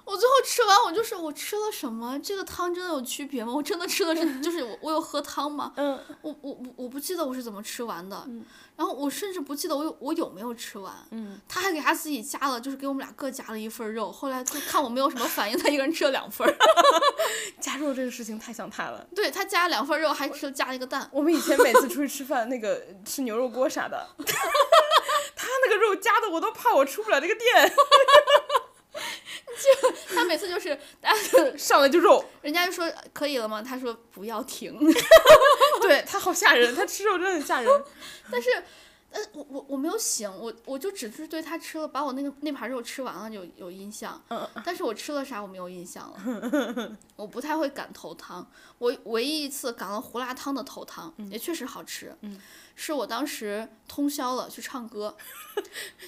A: 我最后吃完，我就是我吃了什么？这个汤真的有区别吗？我真的吃的是 就是我我有喝汤吗？
B: 嗯，
A: 我我我我不记得我是怎么吃完的，
B: 嗯
A: 然后我甚至不记得我有我有没有吃完。
B: 嗯，
A: 他还给他自己加了，就是给我们俩各加了一份肉。后来就看我没有什么反应，他一个人吃了两份儿。
B: 加肉这个事情太想他了。
A: 对他加了两份肉，还吃了加了一个蛋。
B: 我们以前每次出去吃饭，那个吃牛肉锅啥的， 他那个肉夹的我都怕我出不了这 个店，
A: 他每次就是大家
B: 上来就肉。
A: 人家就说呃可以了吗？他说不要停。
B: 对他好吓人，他吃肉真的很吓人。
A: 但是，但是我我我没有醒，我我就只是对他吃了，把我那个那盘肉吃完了有有印象，
B: 嗯
A: 但是我吃了啥我没有印象了。 我不太会赶头汤，我唯一一次赶了胡辣汤的头汤，也确实好吃，
B: 嗯
A: 是我当时通宵了去唱歌，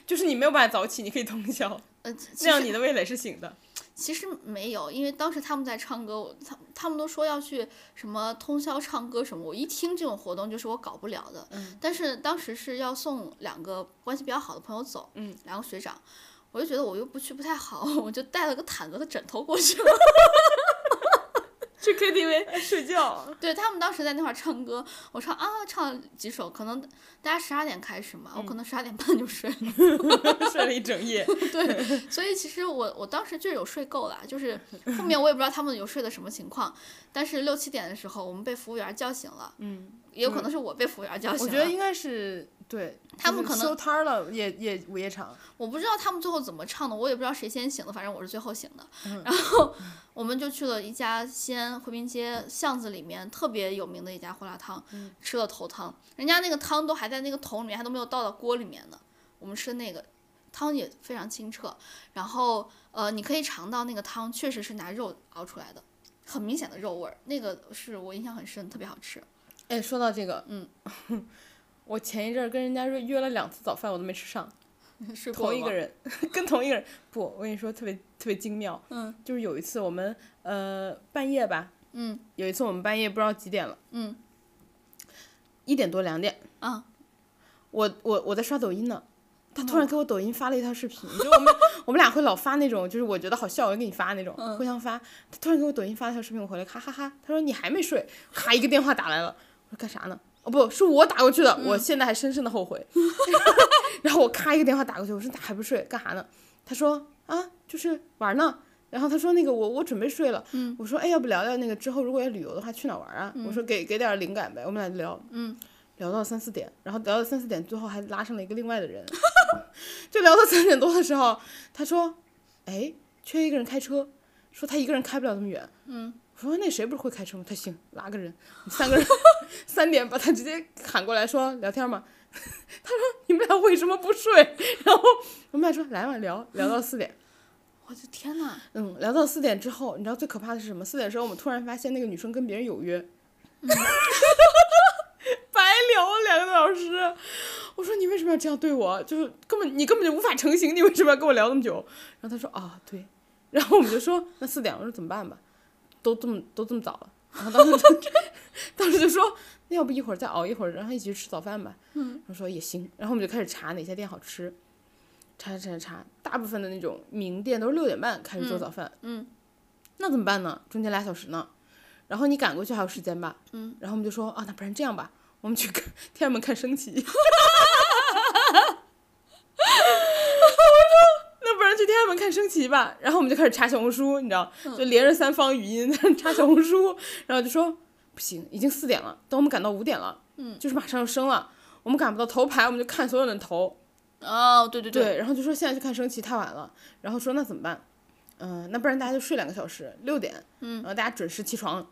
B: 就是你没有办法早起，你可以通宵，
A: 呃，其
B: 这样
A: 实
B: 你的味蕾是醒的。
A: 其实没有，因为当时他们在唱歌，我他他们都说要去什么通宵唱歌什么，我一听这种活动就是我搞不了的。
B: 嗯
A: 但是当时是要送两个关系比较好的朋友走，
B: 嗯，
A: 两个学长，我就觉得我又不去不太好，我就带了个毯子和枕头过去了。
B: 去 KTV 睡觉。
A: 对他们当时在那块儿唱歌，我唱啊唱了几首，可能大家十二点开始嘛，我可
B: 嗯
A: 能十二点半就睡了。
B: 睡了一整夜，
A: 对，所以其实我我当时就有睡够了，就是后面我也不知道他们有睡的什么情况，但是六七点的时候我们被服务员叫醒了，
B: 嗯，
A: 也有可能是我被服务员叫醒
B: 我
A: 了。
B: 觉得应该是对，
A: 他们
B: 就是
A: 可能
B: 收摊儿了，夜夜午夜场，
A: 我不知道他们最后怎么唱的，我也不知道谁先醒的，反正我是最后醒的。
B: 嗯
A: 然后 我们就去了一家西安回民街巷子里面特别有名的一家胡辣汤，
B: 嗯
A: 吃了头汤，人家那个汤都还在那个桶里面，还都没有倒到锅里面呢。我们吃那个汤也非常清澈，然后呃，你可以尝到那个汤确实是拿肉熬出来的，很明显的肉味儿，那个是我印象很深，特别好吃。
B: 哎，说到这个，
A: 嗯，
B: 我前一阵儿跟人家约约了两次早饭，我都没吃上，
A: 是
B: 同一个人， 跟同一个人，不，我跟你说特别特别精妙，
A: 嗯，
B: 就是有一次我们呃半夜吧，
A: 嗯，
B: 有一次我们半夜不知道几点了，
A: 嗯，
B: 一点多两点，
A: 啊，
B: 我我我在刷抖音呢，他突然给我抖音发了一条视频，就我们我们俩会老发那种，就是我觉得好笑，我就给你发那种，互相发。他突然给我抖音发了条视频，我回来哈哈哈，他说你还没睡，咔一个电话打来了，我说干啥呢？哦不是我打过去的，我现在还深深的后悔。 然后我咔一个电话打过去，我说咋还不睡？干啥呢？他说啊，就是玩呢。然后他说那个我我准备睡了，
A: 嗯
B: 我说哎要不聊聊那个之后如果要旅游的话去哪儿玩啊？我说给给点灵感呗，我们俩就聊，
A: 嗯，
B: 聊到三四点，然后聊到三四点，最后还拉上了一个另外的人， 就聊到三点多的时候，他说哎缺一个人开车，说他一个人开不了那么远，
A: 嗯，
B: 我说那谁不是会开车吗？他行，拉个人，你三个人 三点把他直接喊过来说聊天嘛。 他说你们俩为什么不睡？ 然后我们俩说来嘛聊聊到四点，
A: 我的天呐，
B: 嗯，聊到四点之后，你知道最可怕的是什么？四点的时候我们突然发现那个女生跟别人有约， 白聊了两个多小时。我说你为什么要这样对我？就是根本你根本就无法成型，你为什么要跟我聊那么久？然后他说啊、对，然后我们就说那四点，我说怎么办吧，都这么都这么早了，然后当时就 当时就说那要不一会儿再熬一会儿，然后一起去吃早饭吧。嗯，我说也行，然后我们就开始查哪些店好吃，查查查查，大部分的那种名店都是六点半开始做早饭。嗯，那怎么办呢？中间俩小时呢，然后你赶过去还有时间吧？嗯，然后我们就说啊，那不然这样吧，我们去看天安门看升旗。 那不然去天安门看升旗吧。然后我们就开始查小红书，你知道，就连着三方语音 查小红书，然后就说不行，已经四点了，等我们赶到五点了，嗯，就是马上要升了，我们赶不到头牌，我们就看所有人的头，
A: 哦，对对对，
B: 对，然后就说现在去看升旗太晚了，然后说那怎么办？嗯、那不然大家就睡两个小时，六点，嗯，然后大家准时起床，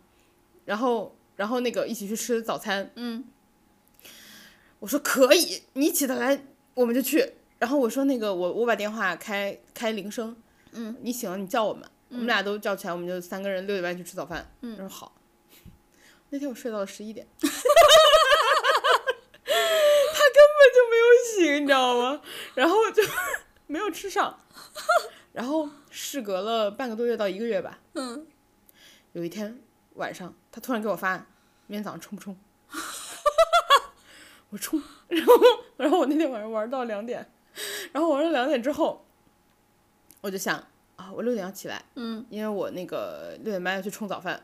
B: 然后然后那个一起去吃早餐，嗯，我说可以，你起得来我们就去，然后我说那个我我把电话开开铃声，嗯，你醒了你叫我们，我们俩都叫起来，我们就三个人六点半去吃早饭，嗯，他说好，那天我睡到了十一 点。他根本就没有醒，你知道吗？然后就没有吃 上，然后事隔了半个多月到一个月吧，嗯，有一天晚上，他突然给我发，明天早上冲不 冲？我冲，然后然后我那天晚上玩到两点，然后玩到两点之后，我就想啊，我六点要起来，嗯，因为我那个六点半要去冲早饭，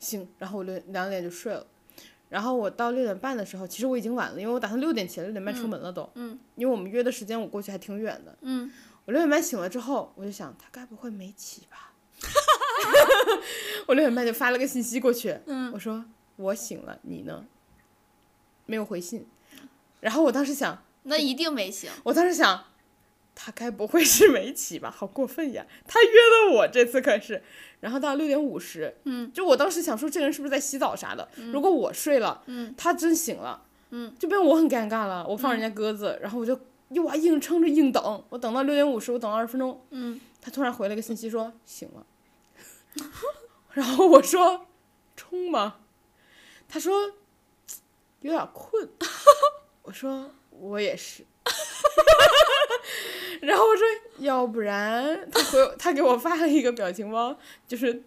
B: 行，然后我六两点就睡了。然后我到六点半的时候，其实我已经晚了，因为我打算六点起来，六点半出门了都。
A: 嗯
B: 因为我们约的时间我过去还挺远的。
A: 嗯，
B: 我六点半醒了之后，我就想他该不会没起吧？ 我六点半就发了个信息过去，
A: 嗯
B: 我说我醒了，你呢？没有回信。然后我当时想，
A: 那一定没醒。
B: 我当时想，他该不会是没起吧？好过分呀！他约的我这次可是，然后到六点五十，
A: 嗯，
B: 就我当时想说，这人是不是在洗澡啥的？如果我睡了，
A: 嗯，
B: 他真醒了，
A: 嗯，
B: 就变我很尴尬了，我放人家鸽子，然后我就又啊硬撑着硬等，我等到六点五十，我等了二十分钟，
A: 嗯，
B: 他突然回了个信息说醒了， 然后我说冲吗？他说有点困， 我说我也是。 然后我说，要不然他回他给我发了一个表情包，就是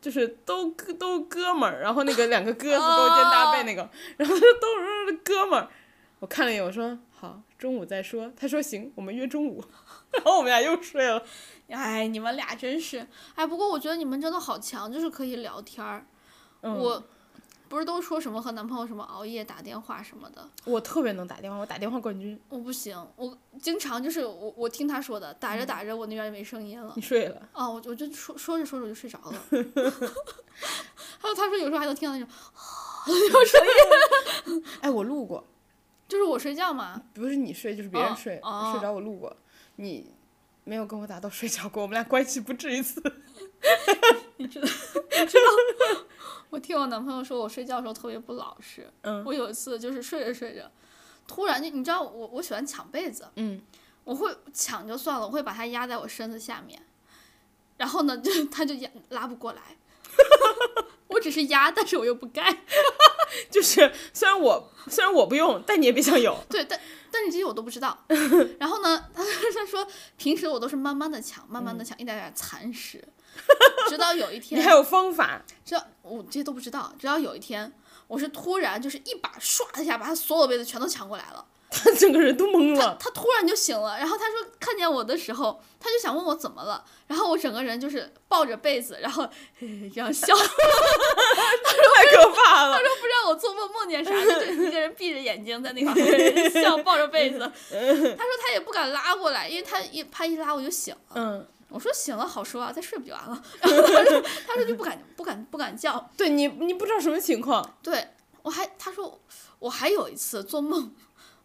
B: 就是都哥都哥们儿，然后那个两个鸽子勾肩搭背那个，然后他说都是哥们儿。我看了一眼，我说好，中午再说。他说行，我们约中午。 然后我们俩又睡了。
A: 哎，你们俩真是，哎，不过我觉得你们真的好强，就是可以聊天儿。
B: 嗯、
A: 我不是都说什么和男朋友什么熬夜打电话什么的，
B: 我特别能打电话，我打电话冠军。
A: 我不行，我嗯经常就是我我听他说的，打着打着我那边没声音了。
B: 你睡了？
A: 哦，我就我就说说着说着我就睡着了， 还有他说有时候还能听到那种，
B: 哎，我录过，
A: 就是我睡觉嘛，
B: 不是你睡，就是别人
A: 哦
B: 睡。
A: 哦
B: 睡着我录过，你没有跟我打到睡着过，我们俩关系不至 于死。
A: 我听我男朋友说，我睡觉的时候特别不老实。
B: 嗯
A: 我有一次就是睡着睡着，突然就你知道我我喜欢抢被子，
B: 嗯，
A: 我会抢就算了，我会把它压在我身子下面，然后呢，就它就压拉不过来。 我只是压，但是我又不盖。
B: 就是虽然我虽然我不用，但你也别 想有。
A: 对，但但是这些我都不知 道。然后呢， 他他说平时我都是慢慢的抢，慢慢的抢，一点点蚕食，直到有一
B: 嗯你
A: 天
B: 还，有方法，
A: 直到我这些都不知道，直到有一天，我是突然就是一把唰一下把他所有被子全都抢过来了。
B: 他整个人都懵
A: 他
B: 了。
A: 他突然就醒了，然后他说看见我的时候，他就想问我怎么了，然后我整个人就是抱着被子，然后嘿这样笑，他
B: 太可怕了！
A: 都不知道我做梦梦见啥，他就一个人闭着眼睛在那块儿笑，抱着被子。他说他也不敢拉过来，因为他一他一拉我就醒了。
B: 嗯，
A: 我说醒了好说啊，再睡不就完了？ 然后他说他说就不敢不敢不敢叫，
B: 对你，你不知道什么情况，
A: 对我还他说我还有一次做梦，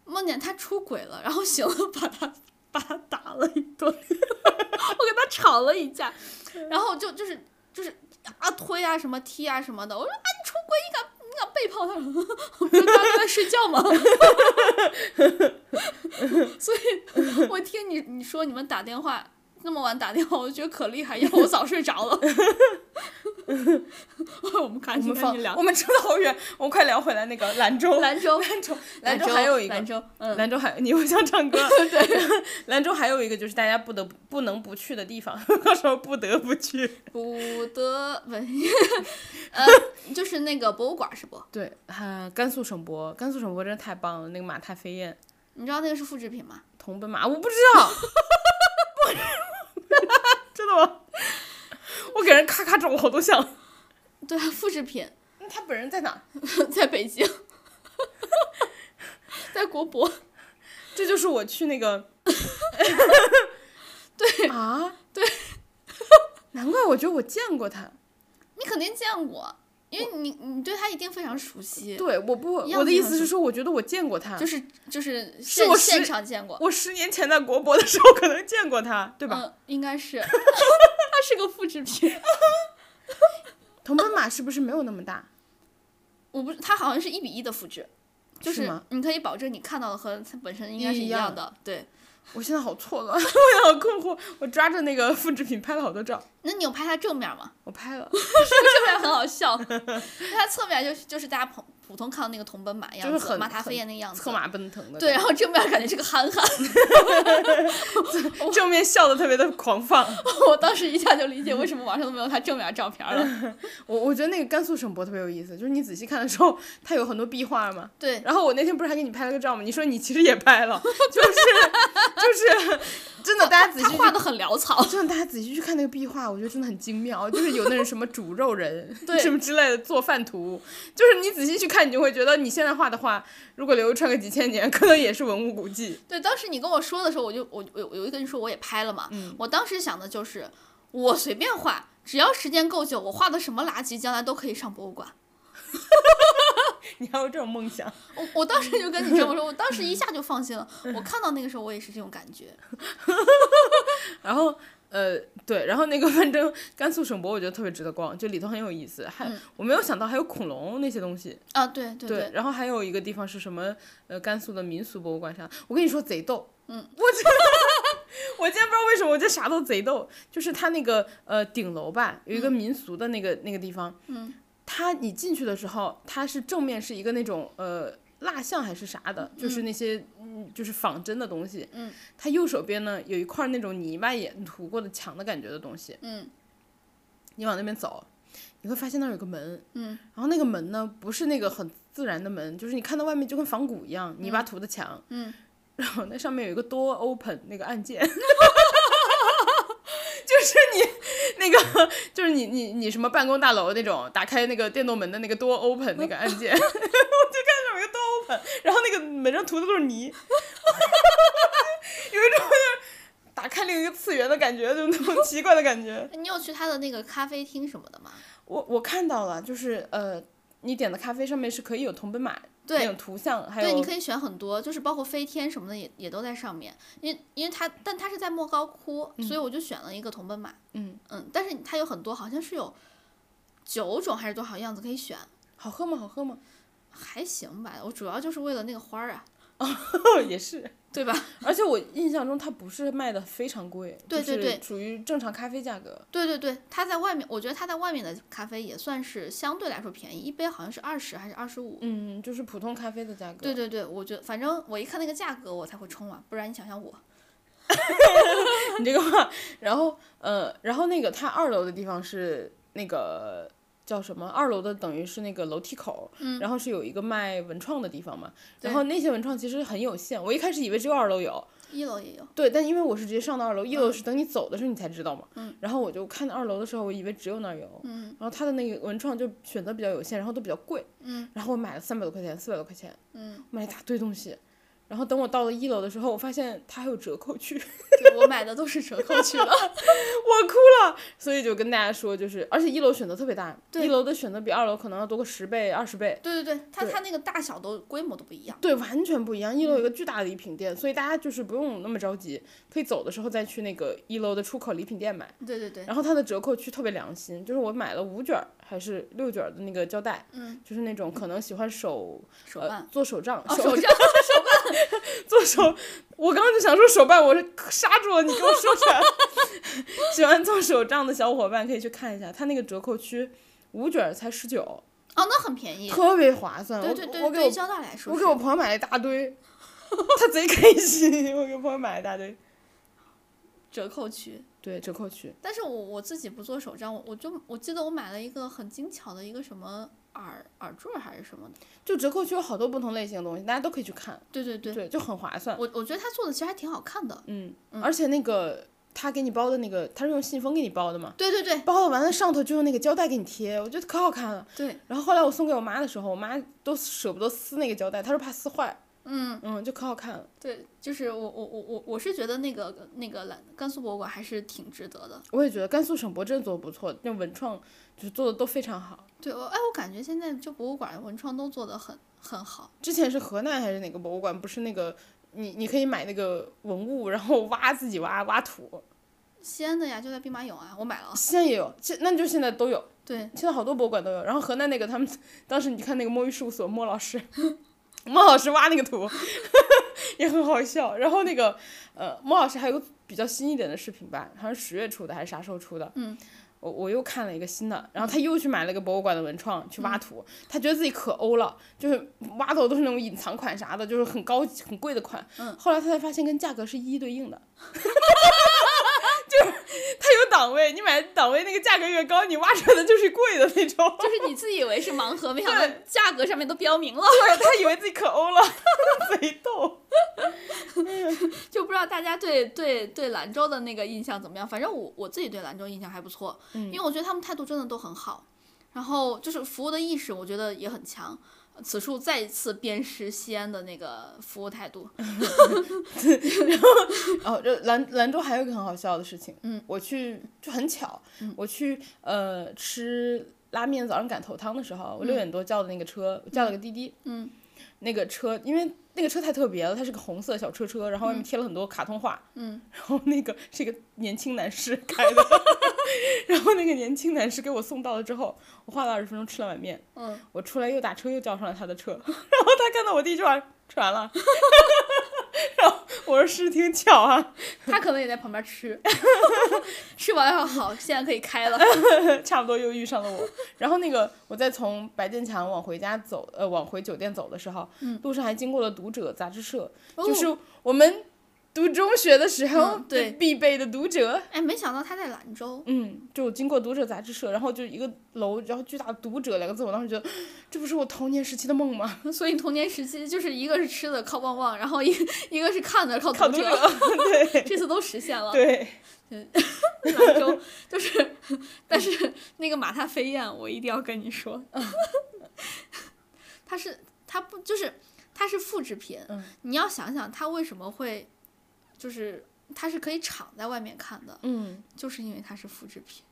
A: 梦见他出轨了，然后醒了把他把他 打了一顿，我跟他吵了一架，然后就就是就是啊推啊什么踢啊什么的。我说啊，你出轨，你敢你敢背叛我？我 不是刚刚在睡觉吗？ 所以，我听你你说你们打电话那么晚打电话，我就觉得可厉害，要我早睡着 了。 我们赶
B: 我
A: 紧
B: 们
A: 赶
B: 放
A: 紧聊，
B: 我们扯得好远，我们快聊回来那个兰州。
A: 兰州，
B: 兰州，
A: 兰
B: 州还有一个
A: 兰，州，嗯，
B: 兰州还 你又想唱歌，对， 兰州还有一个就是大家不得不不能不去的地方， 到时候不得不去。
A: 不得 不，呃，就是那个博物馆是不？
B: 对，啊，甘肃省博，甘肃省博真的太棒了，那个马踏飞燕、
A: 你知道那个是复制品吗？
B: 铜奔马，我不知道， 真的吗？我给人咔咔找了好多项。
A: 对啊，复制品
B: 那他本人在哪？
A: 在北京， 在国博。
B: 这就是我去那个， 对啊，对，难怪我觉得我见过他。
A: 你肯定见过，因为你你对它一定非常熟悉，
B: 对，我不，
A: 样子
B: 我的意思
A: 很
B: 是说，我觉得我见过他，
A: 就是就是
B: 是
A: 现
B: 我实
A: 现场见过，
B: 我十年前在国博的时候可能见过他，对吧？
A: 嗯，应该 是，它是个复制品。
B: 铜奔马是不是没有那么大？
A: 我不是，它好像是一比一的复制，就是
B: 吗
A: 你可以保证你看到的和它本身应该是
B: 一
A: 一
B: 样
A: 样的。对，
B: 我现在好错 乱，我也好困惑。我抓着那个复制品拍了好多照，
A: 那你有拍它正面吗？
B: 我拍了，
A: 侧面很好 笑，它侧面就是就是大家普普通看到那个铜奔马样
B: 就
A: 子，
B: 是很
A: 马达飞燕那样
B: 策
A: 子。
B: 马奔腾的。
A: 对，，然后正面感觉是个憨憨，
B: 正面笑的特别的狂放。
A: 我当时一下就理解为什么网上都没有他正面照片了。
B: 我我觉得那个甘肃省博特别有意思，就是你仔细看的时候，它有很多壁画嘛。
A: 对，
B: 然后我那天不是还给你拍了个照吗？你说你其实也拍了， 就是 就是，真的大家仔
A: 他
B: 细去
A: 画的很潦 草，
B: 真的，大家仔细去看那个壁画，我觉得真的很精妙，就是有那种什么煮肉 人
A: 对
B: 什么之类的做饭图，就是你仔细去看，你就会觉得你现在画的画，如果流传个几千年，可能也是文物古迹。
A: 对，当时你跟我说的时候，我就我我我有一跟你说我也拍了嘛，
B: 嗯
A: 我当时想的就是我随便画，只要时间够久，我画的什么垃圾将来都可以上博物馆。
B: 你还有这种梦想？
A: 我我当时就跟你这么说，我当时一下就放心了。我看到那个时候，我也是这种感觉。
B: 然后。呃，对，然后那个反正甘肃省博我觉得特别值得逛，就里头很有意思，还、我没有想到还有恐龙那些东西，
A: 啊，对对对，
B: 然后还有一个地方是什么？呃，甘肃的民俗博物馆啥？我跟你说贼逗，嗯，我真的， 我今天不知道为什么，我觉得啥都贼逗。就是它那个呃顶楼吧，有一个民俗的那个、那个地方，嗯，它你进去的时候，它是正面是一个那种呃蜡像还是啥的，就是那些嗯就是仿真的东西，嗯，它右手边呢有一块那种泥巴也涂过的墙的感觉的东西，
A: 嗯，
B: 你往那边走，你会发现那儿有个门，
A: 嗯，
B: 然后那个门呢不是那个很自然的门，就是你看到外面就跟仿古一样，泥巴涂的墙，
A: 嗯
B: 然后那上面有一个 door open 那个按键， 就是你那个就是你你你什么办公大楼那种打开那个电动门的那个 door open 那个按键，我就 看上面有个 door open，然后那个门上涂的都是泥，有一 种就是打开另一个次元的感觉，就那种奇怪的感觉。
A: 你有去他的那个咖啡厅什么的吗？
B: 我我看到了，就是呃，你点的咖啡上面是可以有铜奔马
A: 对
B: 那种图像， 还
A: 对，你
B: 有
A: 可以选很多，就是包括飞天什么的也也都在上面。因为因为它，但它是在莫高窟，所以我就选了一个铜奔马。
B: 嗯
A: 嗯，但是它有很多，好像是有九种还是多少样子可以选，
B: 好喝吗？好喝吗？
A: 还行吧。我主要就是为了那个花儿啊，
B: 也是，
A: 对吧？
B: 而且我印象中它不是卖的非常贵，
A: 对对
B: 就是
A: 对
B: 属于正常咖啡价格。
A: 对对对，它在外面，我觉得它在外面的咖啡也算是相对来说便宜，一杯好像是二十还是二十五。
B: 嗯，就是普通咖啡的价格。
A: 对对对，我觉得反正我一看那个价格，我才会冲啊，不然你想想我，
B: 你这个话，然后呃，然后那个它二楼的地方是那个叫什么？二楼的等于是那个楼梯口，嗯、然后是有一个卖文创的地方嘛。然后那些文创其实很有限，我一开始以为只有二楼有，
A: 一楼也有。
B: 对，但因为我是直接上到二楼，一楼是等你走的时候你才知道嘛。然后我就看到二楼的时候，我以为只有那儿有。然后它的那个文创就选择比较有限，然后都比较贵。然后我买了三百多块钱，四百多块钱。买了一大堆东西，然后等我到了一楼的时候，我发现它还有折扣区，
A: 对我买的都是折扣去了。
B: 我哭了。所以就跟大家说，就是而且一楼选择特别大，一楼的选择比二楼可能要多个十倍、二十倍。
A: 对对对，它它那个大小都规模都不一样。
B: 对，完全不一样。一楼有一个巨大的礼品店，所以大家就是不用那么着急，可以走的时候再去那个一楼的出口礼品店买。
A: 对对对，
B: 然后它的折扣区特别良心，就是我买了五卷儿还是六卷儿的那个胶带，
A: 嗯，
B: 就是那种可能喜欢手
A: 手
B: 呃
A: 办。
B: 做手账，
A: 哦，
B: 手
A: 手账 手办，
B: 做手，我刚刚就想说手办，我是刹住了， 你给我说出来。喜欢做手账的小伙伴可以去看一下，它那个折扣区五卷儿才十九，
A: 哦，那很便宜。
B: 特别划算。
A: 对对
B: 我
A: 对，
B: 我给
A: 对于
B: 我
A: 胶带来说
B: 我
A: 是，
B: 给我朋友买了一大 堆，他贼开心，我给朋友买了一大堆。
A: 折扣区。
B: 对折扣区，
A: 但是我我自己不做手账，我我就我记得我买了一个很精巧的一个什么耳耳坠儿还是什么的，
B: 就折扣区有好多不同类型的东西，大家都可以去看，
A: 对对对，
B: 对，就很划算。
A: 我我觉得他做的其实还挺好看的，
B: 嗯，而且那个他给你包的那个，他是用信封给你包的嘛，
A: 对对对
B: 包了完了上头就用那个胶带给你贴，我觉得可好看了。
A: 对，
B: 然后后来我送给我妈的时候，我妈都舍不得撕那个胶带，她说怕撕坏。嗯就可好看了。
A: 对，就是我我我我我是觉得那个那个兰甘肃博物馆还是挺值得的，
B: 我也觉得甘肃省博真的做的不错，那文创就是做的都非常好。
A: 对我哎我感觉现在就博物馆文创都做的很很好，
B: 之前是河南还是哪个博物馆？不是那个你你可以买那个文物，然后挖自己挖挖土。
A: 西安的呀就在兵马俑啊，我买了，
B: 现在也有，现那就现在都有，
A: 对
B: 现在好多博物馆都有。然后河南那个他们当时你看那个摸鱼事务所莫老师， 莫老师挖那个图 也很好笑。然后那个呃莫老师还有个比较新一点的视频吧，好像十月出的还是啥时候出的？
A: 嗯。
B: 我我又看了一个新的，然后他又去买了一个博物馆的文创去
A: 嗯
B: 挖土，他觉得自己可欧了，就是挖到的都是那种隐藏款啥的，就是很高级很贵的款。
A: 嗯
B: 后来他才发现跟价格是一一对应的， 就是他有档位，你买档位那个价格越高，你挖出来的就是贵的那种。
A: 就是你自以为是盲盒，没想到
B: 对
A: 价格上面都标明了，
B: 对，他以为自己可欧了， 贼逗。
A: 就不知道大家对对对兰州的那个印象怎么样。反正我我自己对兰州印象还不错，
B: 嗯
A: 因为我觉得他们态度真的都很好，然后就是服务的意识，我觉得也很强。此处再一次鞭尸西安的那个服务态度，
B: 哦，这兰兰州还有一个很好笑的事情，
A: 嗯，
B: 我去就很巧，
A: 嗯
B: 我去呃吃拉面，早上赶头汤的时候，我六点多叫的那个车，我叫了个滴滴，
A: 嗯，
B: 那个车因为那个车太特别了，它是个红色小车车，然后外面贴了很多卡通画，
A: 嗯，
B: 然后那个是一个年轻男士开 的，然后那个年轻男士给我送到了之后，我花了二十分钟吃了碗面，
A: 嗯，
B: 我出来又打车又叫上了他的车，然 后他看到我第一句话吃完了，然后我说是挺巧啊，
A: 他可能也在旁边吃， 吃完要好，现在可以开了。
B: 差不多又遇上了我。然后那个我在从白建墙往回家走，呃，往回酒店走的时候，路上还经过了读者杂志社，
A: 哦
B: 就是我们读中学的时候、
A: 嗯对
B: 必备的读者。
A: 哎，没想到他在兰州，
B: 嗯，就经过读者杂志社，然后就一个楼，然后巨大的读者两个字，我当时觉得 这不是我童年时期的梦吗？
A: 所以童年时期就是一个是吃的靠旺旺，然后一个一个是看的靠
B: 靠
A: 哦读哦
B: 读者， 对
A: 这次都实现了。
B: 对，
A: 兰州，就是，但是那个马踏飞燕，我一定要跟你说，它是它不就是它是复制品，
B: 嗯
A: 你要想想它为什么会，就是它是可以敞在外面看的，
B: 嗯。
A: 就是因为它是复制品。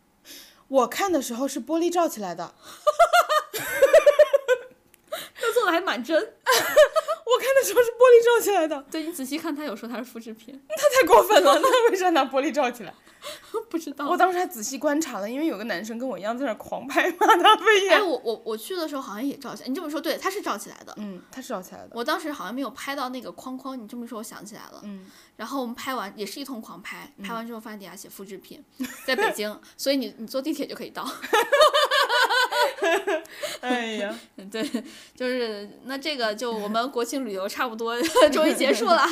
B: 我看的时候是玻璃罩起来的，
A: 它做的还蛮真，
B: 我看的时候是玻璃罩起来的，
A: 对你仔细看，它有说它是复制品，
B: 那太过分了，那为啥拿玻璃罩起来？
A: 不知道
B: 我。当时还仔细观察了，因为有个男生跟我一样在那儿狂拍马 大飞
A: 哎，
B: 眼，
A: 我我我去的时候好像也照起来，你这么说对，它是照起来的。
B: 嗯，他是罩起来的，
A: 我当时好像没有拍到那个框框，你这么一说，我想起来了。
B: 嗯，
A: 然后我们拍完也是一通狂拍，拍完之后发现底下写复制品，在北 京，所以你你坐地铁就可以到。
B: 哎 呀，
A: 对，就是那这个就我们国庆旅游差不多 终于结束了，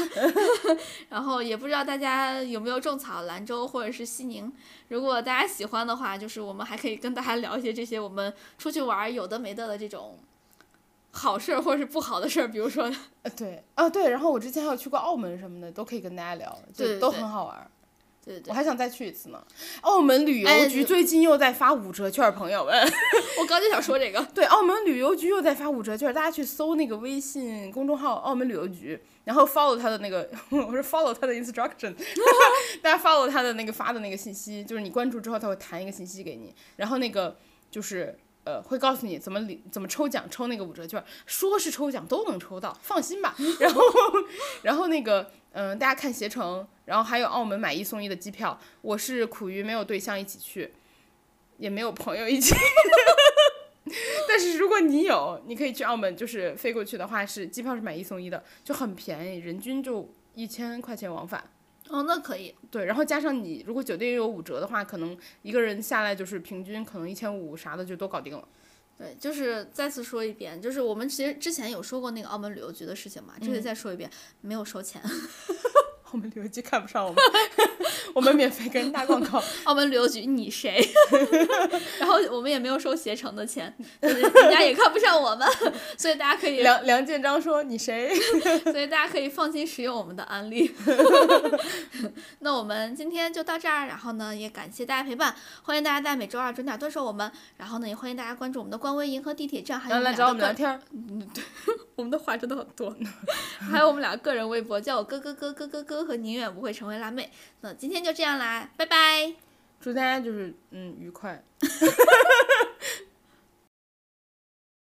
A: 然后也不知道大家有没有种草兰州或者是西宁，如果大家喜欢的话，就是我们还可以跟大家聊一些这些我们出去玩儿有的没的的这种。好事儿或者是不好的事儿，比如说，
B: 哦呃对，啊对，然后我之前还有去过澳门什么的，都可以跟大家聊，
A: 对
B: 就
A: 对
B: 都
A: 对
B: 很好玩儿。
A: 对对
B: 我
A: 对，
B: 还想再去一次呢。澳门旅游
A: 哎
B: 局
A: 对
B: 最近又在发五折券，朋友们。
A: 我刚就想说这个，
B: 对，澳门旅游局又在发五折券，大家去搜那个微信公众号“澳门旅游局”，然后 follow 他的那个， 我是 follow 他的 instruction，大家 follow 他的那个发的那个信息，就是你关注之后，他会弹一个信息给你，然后那个就是呃会告诉你怎么领怎么抽奖，抽那个五折券，说是抽奖都能抽到，放心吧。然后然后那个嗯、呃大家看携程，然后还有澳门买一送一的机票，我是苦于没有对象一起去，也没有朋友一起。但是如果你有，你可以去澳门，就是飞过去的话是机票是买一送一的，就很便宜，人均就一千块钱往返。
A: 哦，那可以，
B: 对，然后加上你如果酒店有五折的话，可能一个人下来就是平均可能一千五啥的就都搞定了。
A: 对，就是再次说一遍，就是我们其实之前有说过那个澳门旅游局的事情嘛，这
B: 嗯
A: 里再说一遍，没有收钱，
B: 澳门旅游局看不上我 们，我们免费跟人打广 告。
A: 澳门旅游局你谁？ 然后我们也没有收携程的钱，就是人家也看不上我们， 所以大家可以，
B: 梁梁建章说：“你谁
A: 所以大家可以放心使用我们的安利。 那我们今天就到这儿，然后呢，也感谢大家陪伴，欢迎大家在每周二准点蹲守我们，然后呢，也欢迎大家关注我们的官微银河地铁站，？”还有
B: 然后 来
A: 两
B: 找我
A: 个
B: 们
A: 个
B: 聊天儿。
A: 我们的话真的很多， 还有我们俩个人微博，叫我哥哥哥哥哥哥和宁远不会成为辣妹。那今天就这样啦，拜拜。
B: 祝大家就是嗯愉快。